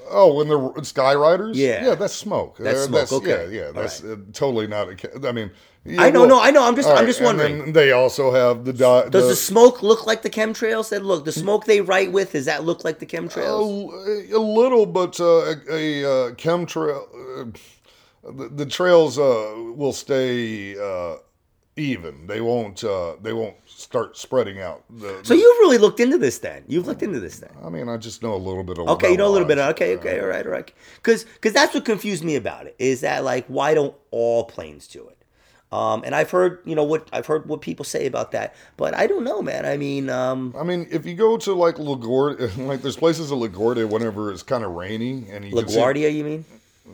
Speaker 2: Oh, when the sky riders?
Speaker 1: Yeah.
Speaker 2: Yeah, that's smoke.
Speaker 1: That's
Speaker 2: Uh,
Speaker 1: smoke, okay.
Speaker 2: Yeah, yeah,
Speaker 1: All
Speaker 2: that's uh, totally not a ca- I mean, yeah,
Speaker 1: I know,
Speaker 2: well,
Speaker 1: no, I know. I'm just,
Speaker 2: all
Speaker 1: I'm
Speaker 2: right,
Speaker 1: just
Speaker 2: and
Speaker 1: wondering.
Speaker 2: then they also have the di-
Speaker 1: does the,
Speaker 2: the-
Speaker 1: smoke look like the chemtrails? Said, look, the smoke they write with does that look like the
Speaker 2: Oh.
Speaker 1: chemtrails?
Speaker 2: A, a little, but uh, a, a uh, chemtrail, uh, the, the trails uh, will stay uh, even. They won't. Uh, they won't start spreading out. The,
Speaker 1: so you've really looked into this, then. You've looked into this, then.
Speaker 2: I mean, I just know a little bit. Of
Speaker 1: Okay, you know a little bit.
Speaker 2: about
Speaker 1: Okay,
Speaker 2: lines.
Speaker 1: okay, all right, all right. Because because that's what confused me about it is that like why don't all planes do it? Um, and I've heard you know what I've heard what people say about that, but I don't know, man. I mean, um,
Speaker 2: I mean, if you go to like LaGuardia, like there's places in LaGuardia whenever it's kind of rainy and you can see-
Speaker 1: LaGuardia, you mean?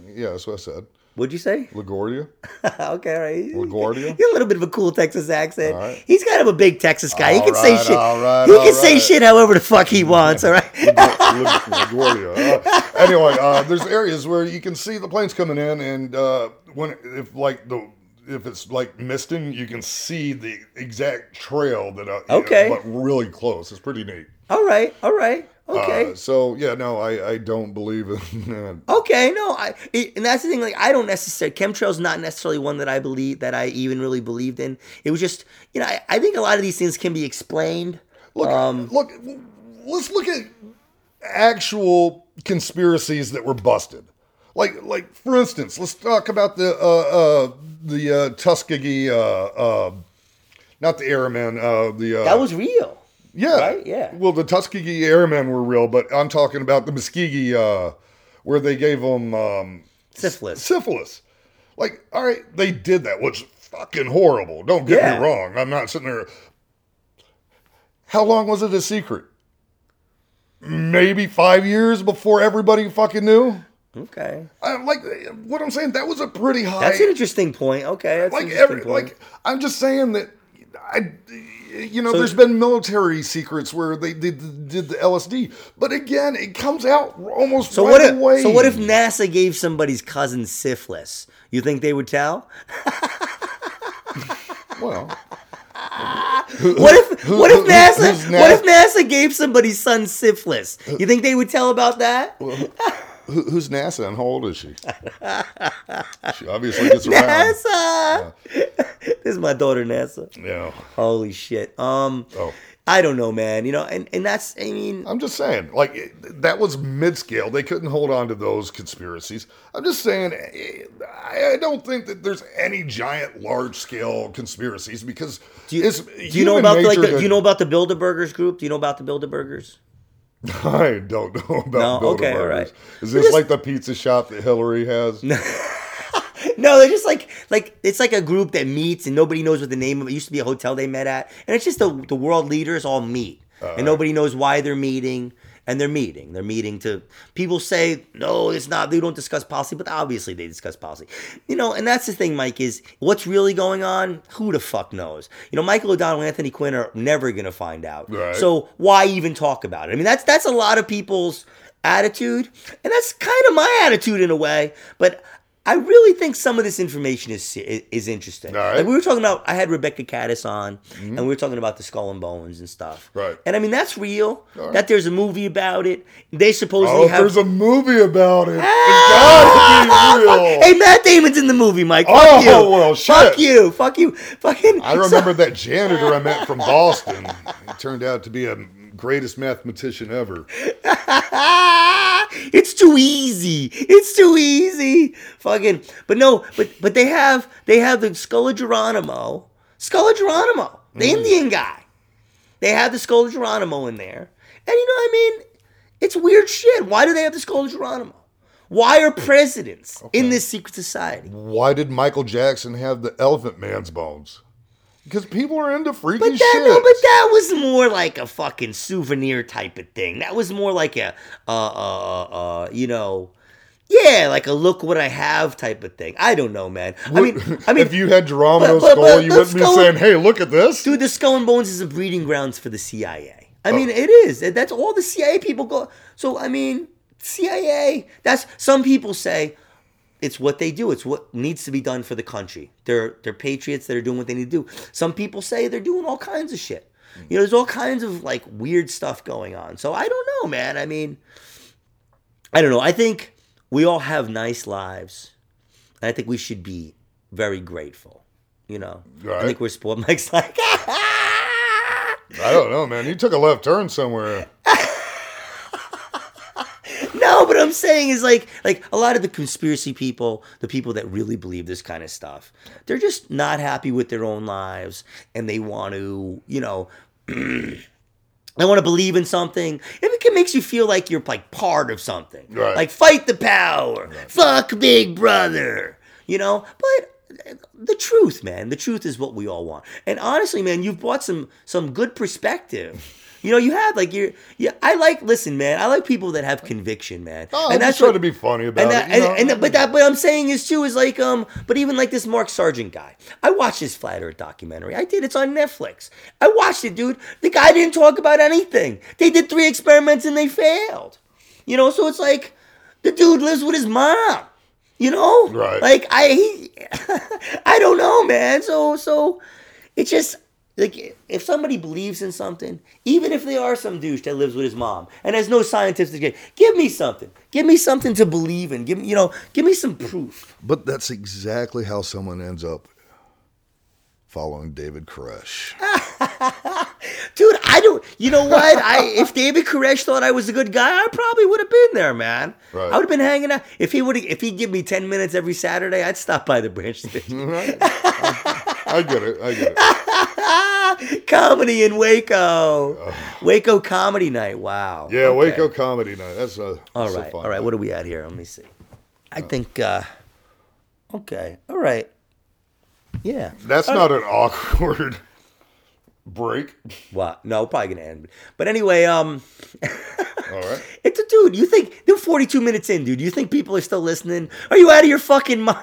Speaker 2: yeah, that's what I said.
Speaker 1: What'd you say?
Speaker 2: LaGuardia.
Speaker 1: okay, all right.
Speaker 2: LaGuardia?
Speaker 1: You're a little bit of a cool Texas accent.
Speaker 2: All right.
Speaker 1: He's kind of a big Texas guy. he
Speaker 2: All
Speaker 1: can say
Speaker 2: right,
Speaker 1: shit.
Speaker 2: all right,
Speaker 1: he
Speaker 2: all
Speaker 1: can say
Speaker 2: right.
Speaker 1: shit however the fuck he wants. All right.
Speaker 2: La- LaGuardia. Uh, anyway, uh, there's areas where you can see the planes coming in, and uh, when if like the if it's like misting, you can see the exact trail that. Uh,
Speaker 1: Okay.
Speaker 2: but really close. It's pretty neat.
Speaker 1: All right. All right.
Speaker 2: Uh,
Speaker 1: Okay.
Speaker 2: so yeah, no, I I don't believe in.
Speaker 1: okay. No. I. It, and that's the thing. Like, I don't necessarily chemtrails not necessarily one that I believe that I even really believed in. It was just you know I, I think a lot of these things can be explained.
Speaker 2: Look,
Speaker 1: Um,
Speaker 2: look, let's look at actual conspiracies that were busted. Like, like for instance, let's talk about the uh, uh, the uh, Tuskegee, uh, uh, not the Airmen, uh, the uh,
Speaker 1: That was real.
Speaker 2: yeah,
Speaker 1: right? Yeah.
Speaker 2: Well, the Tuskegee Airmen were real, but I'm talking about the Muskegee, uh, where they gave them um,
Speaker 1: Syphilis.
Speaker 2: syphilis. Like, all right, they did that, which is fucking horrible. Don't get
Speaker 1: Yeah.
Speaker 2: me wrong. I'm not sitting there. How long was it a secret? Maybe five years before everybody fucking knew.
Speaker 1: Okay.
Speaker 2: I, like what I'm saying, that was a pretty high.
Speaker 1: That's an interesting point. Okay. That's an
Speaker 2: like
Speaker 1: interesting
Speaker 2: every,
Speaker 1: point.
Speaker 2: like I'm just saying that. I, you know,
Speaker 1: So-
Speaker 2: there's been military secrets where they did, did the LSD, but again, it comes out almost
Speaker 1: So
Speaker 2: right
Speaker 1: what if
Speaker 2: away.
Speaker 1: so what if NASA gave somebody's cousin syphilis? You think they would tell?
Speaker 2: Well,
Speaker 1: What if
Speaker 2: who-
Speaker 1: what if
Speaker 2: who-
Speaker 1: NASA
Speaker 2: who's Uh,
Speaker 1: what if NASA gave somebody's son syphilis? You think they would tell about that?
Speaker 2: Who, who's NASA and how old is she? she obviously gets around.
Speaker 1: NASA. this is my daughter NASA.
Speaker 2: Yeah.
Speaker 1: Holy shit. Um
Speaker 2: Oh.
Speaker 1: I don't know, man. You know, and and that's I mean
Speaker 2: I'm just saying, like it- that was mid-scale. They couldn't hold on to those conspiracies. I'm just saying, eh, I I don't think that there's any giant, large-scale conspiracies because
Speaker 1: do you,
Speaker 2: it's
Speaker 1: do you know about the, like the, do you know about the Bilderbergers group? Do you know about the Bilderbergers?
Speaker 2: I don't know
Speaker 1: No,
Speaker 2: about no,
Speaker 1: okay, all right.
Speaker 2: Is
Speaker 1: We're
Speaker 2: this
Speaker 1: just-
Speaker 2: like the pizza shop that Hillary has?
Speaker 1: No, they're just like like it's like a group that meets and nobody knows what the name of it used to be a hotel they met at, and it's just the the world leaders all meet and nobody knows why they're meeting. and they're meeting. They're meeting to people say, no, it's not. They don't discuss policy, but obviously they discuss policy. You know, and that's the thing, Mike, is what's really going on? Who the fuck knows? You know, Michael O'Donnell, Anthony Quinn are never going to find out.
Speaker 2: Right.
Speaker 1: So why even talk about it? I mean, that's that's a lot of people's attitude, and that's kind of my attitude in a way. But I really think some of this information is is interesting.
Speaker 2: All right. Mm-hmm.
Speaker 1: Like, we were talking about. I had Rebecca Caddis on, and we were talking about the skull and bones and stuff.
Speaker 2: Right.
Speaker 1: And I mean that's real.
Speaker 2: right.
Speaker 1: That there's a movie about it. They supposedly
Speaker 2: Oh, if
Speaker 1: have.
Speaker 2: there's a movie about it. It's
Speaker 1: Ah!
Speaker 2: gotta be real.
Speaker 1: Hey, Matt Damon's in the movie, Mike. Fuck
Speaker 2: Oh,
Speaker 1: you.
Speaker 2: well,
Speaker 1: Fuck
Speaker 2: shit.
Speaker 1: you. Fuck you. Fucking.
Speaker 2: I remember that janitor I met from Boston. He turned out to be a greatest mathematician ever.
Speaker 1: it's too easy. It's too easy. Fucking. But no. But but they have they have the Skull of Geronimo. Skull of Geronimo, the Indian guy. They have the Skull of Geronimo in there, and you know what I mean. It's weird shit. Why do they have the Skull of Geronimo? Why are presidents in this secret society?
Speaker 2: Why did Michael Jackson have the elephant man's bones? Because people are into freaky
Speaker 1: But that
Speaker 2: shit.
Speaker 1: no, but that was more like a fucking souvenir type of thing. That was more like a uh uh uh, uh you know yeah, like a look what I have type of thing. I don't know, man. I mean I mean
Speaker 2: if you had Geronimo's
Speaker 1: but- but-
Speaker 2: skull,
Speaker 1: but
Speaker 2: you
Speaker 1: let's
Speaker 2: wouldn't be
Speaker 1: go-
Speaker 2: saying, "Hey, look at this."
Speaker 1: dude, the skull and bones is a breeding grounds for the CIA. I mean, it is. That's all the CIA people go. So I mean, CIA. That's some people say it's what they do. It's what needs to be done for the country. They're they're patriots that are doing what they need to do. Some people say they're doing all kinds of shit. You know, there's all kinds of like weird stuff going on. So I don't know, man. I mean, I don't know. I think we all have nice lives, and I think we should be very grateful. You know, I
Speaker 2: Right.
Speaker 1: think we're spoiled. Mike's like,
Speaker 2: I don't know, man. You took a left turn somewhere.
Speaker 1: No, but I'm saying is like like a lot of the conspiracy people, the people that really believe this kind of stuff, they're just not happy with their own lives and they want to, you know, they want to believe in something. It can- makes you feel like you're like part of something.
Speaker 2: Right.
Speaker 1: Like fight the power. Fuck Big Brother. You know, but the truth, man, the truth is what we all want. And honestly, man, you've brought some some good perspective. You know, you have like you're yeah. I like listen, man. I like people that have conviction, man.
Speaker 2: Oh, I'm just trying to be funny about
Speaker 1: And, that,
Speaker 2: it. you
Speaker 1: and,
Speaker 2: know?
Speaker 1: and but that what I'm saying is too is like um but even like this Mark Sargent guy. I watched his Flat Earth documentary. I did. It's on Netflix. I watched it, dude. The guy didn't talk about anything. They did three experiments and they failed. You know, so it's like the dude lives with his mom. You know,
Speaker 2: Right.
Speaker 1: Like I, he, I don't know, man. So so, it's just like if somebody believes in something, even if they are some douche that lives with his mom and has no scientific degree, give me something. Give me something to believe in. Give me, you know, give me some proof.
Speaker 2: But that's exactly how someone ends up following David Koresh.
Speaker 1: Dude, I don't. You know what? I if David Koresh thought I was a good guy, I probably would have been there, man.
Speaker 2: Right.
Speaker 1: I would have been hanging out. If he would, if he'd give me ten minutes every Saturday, I'd stop by the branch station.
Speaker 2: I get it. I get it.
Speaker 1: comedy in Waco, Waco comedy night. Wow.
Speaker 2: Yeah,
Speaker 1: Okay.
Speaker 2: Waco comedy night. That's a
Speaker 1: All
Speaker 2: that's a
Speaker 1: right,
Speaker 2: fun
Speaker 1: all right.
Speaker 2: night.
Speaker 1: What are we at here? Let me see. I think. uh Okay. All right. Yeah.
Speaker 2: That's not an awkward break.
Speaker 1: Well, no, probably gonna end. But anyway, um.
Speaker 2: All right.
Speaker 1: It's a dude. You think they're 42 minutes in, dude? You think people are still listening? Are you out of your fucking mind?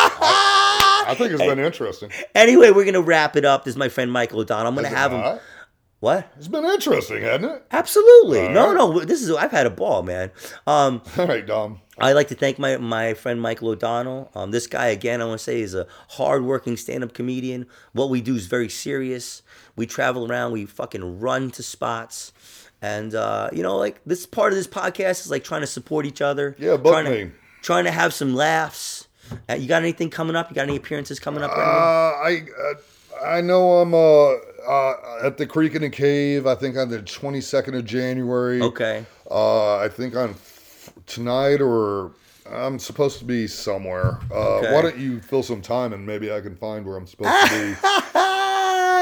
Speaker 2: I think it's been interesting.
Speaker 1: anyway, we're gonna wrap it up. This is my friend Michael O'Donnell. I'm gonna
Speaker 2: Is it
Speaker 1: have him.
Speaker 2: not?
Speaker 1: What?
Speaker 2: It's been interesting, hasn't it?
Speaker 1: Absolutely. No,
Speaker 2: right.
Speaker 1: no. This is. I've had a ball, man. Um,
Speaker 2: All right, Dom.
Speaker 1: I'd like to thank my, my friend Michael O'Donnell. Um, this guy, again, I want to say, is a hardworking stand up comedian. What we do is very serious. We travel around, we fucking run to spots. And, uh, you know, like this part of this podcast is like trying to support each other.
Speaker 2: Yeah, book
Speaker 1: trying To,
Speaker 2: me.
Speaker 1: trying to have some laughs. Uh, you got anything coming up? You got any appearances coming up?
Speaker 2: Uh,
Speaker 1: Brandon?
Speaker 2: I uh, I know I'm uh, uh, at the Creek in the Cave. I think on the 22nd of January.
Speaker 1: okay.
Speaker 2: Uh, I think on f- tonight or I'm supposed to be somewhere. Uh,
Speaker 1: Okay.
Speaker 2: Why don't you fill some time and maybe I can find where I'm supposed to be. I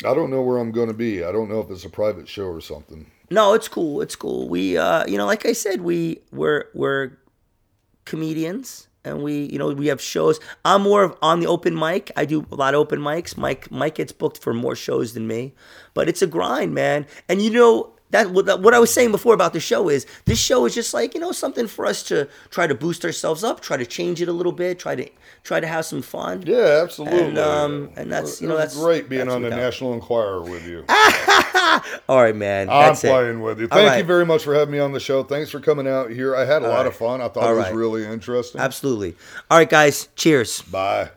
Speaker 2: don't know where I'm going to be. I don't know if it's a private show or something.
Speaker 1: No, it's cool. It's cool. We, uh, you know, like I said, we we're we're comedians, and we, you know, we have shows. I'm more of on the open mic. I do a lot of open mics. Mike Mike gets booked for more shows than me, but it's a grind, man. And you know, that what what I was saying before about the show is this show is just like you know something for us to try to boost ourselves up, try to change it a little bit, try to try to have some fun.
Speaker 2: Yeah, absolutely.
Speaker 1: And, um, and that's, you know,
Speaker 2: It was
Speaker 1: that's-
Speaker 2: great being
Speaker 1: that's
Speaker 2: on the
Speaker 1: what that-
Speaker 2: National Enquirer with you.
Speaker 1: All right, man.
Speaker 2: I'm
Speaker 1: that's it.
Speaker 2: playing with you.
Speaker 1: All
Speaker 2: Thank
Speaker 1: right.
Speaker 2: you very much for having me on the show. Thanks for coming out here. I had a lot
Speaker 1: right.
Speaker 2: of fun. I thought
Speaker 1: All
Speaker 2: it was
Speaker 1: right.
Speaker 2: really interesting.
Speaker 1: Absolutely. All right, guys. Cheers.
Speaker 2: Bye.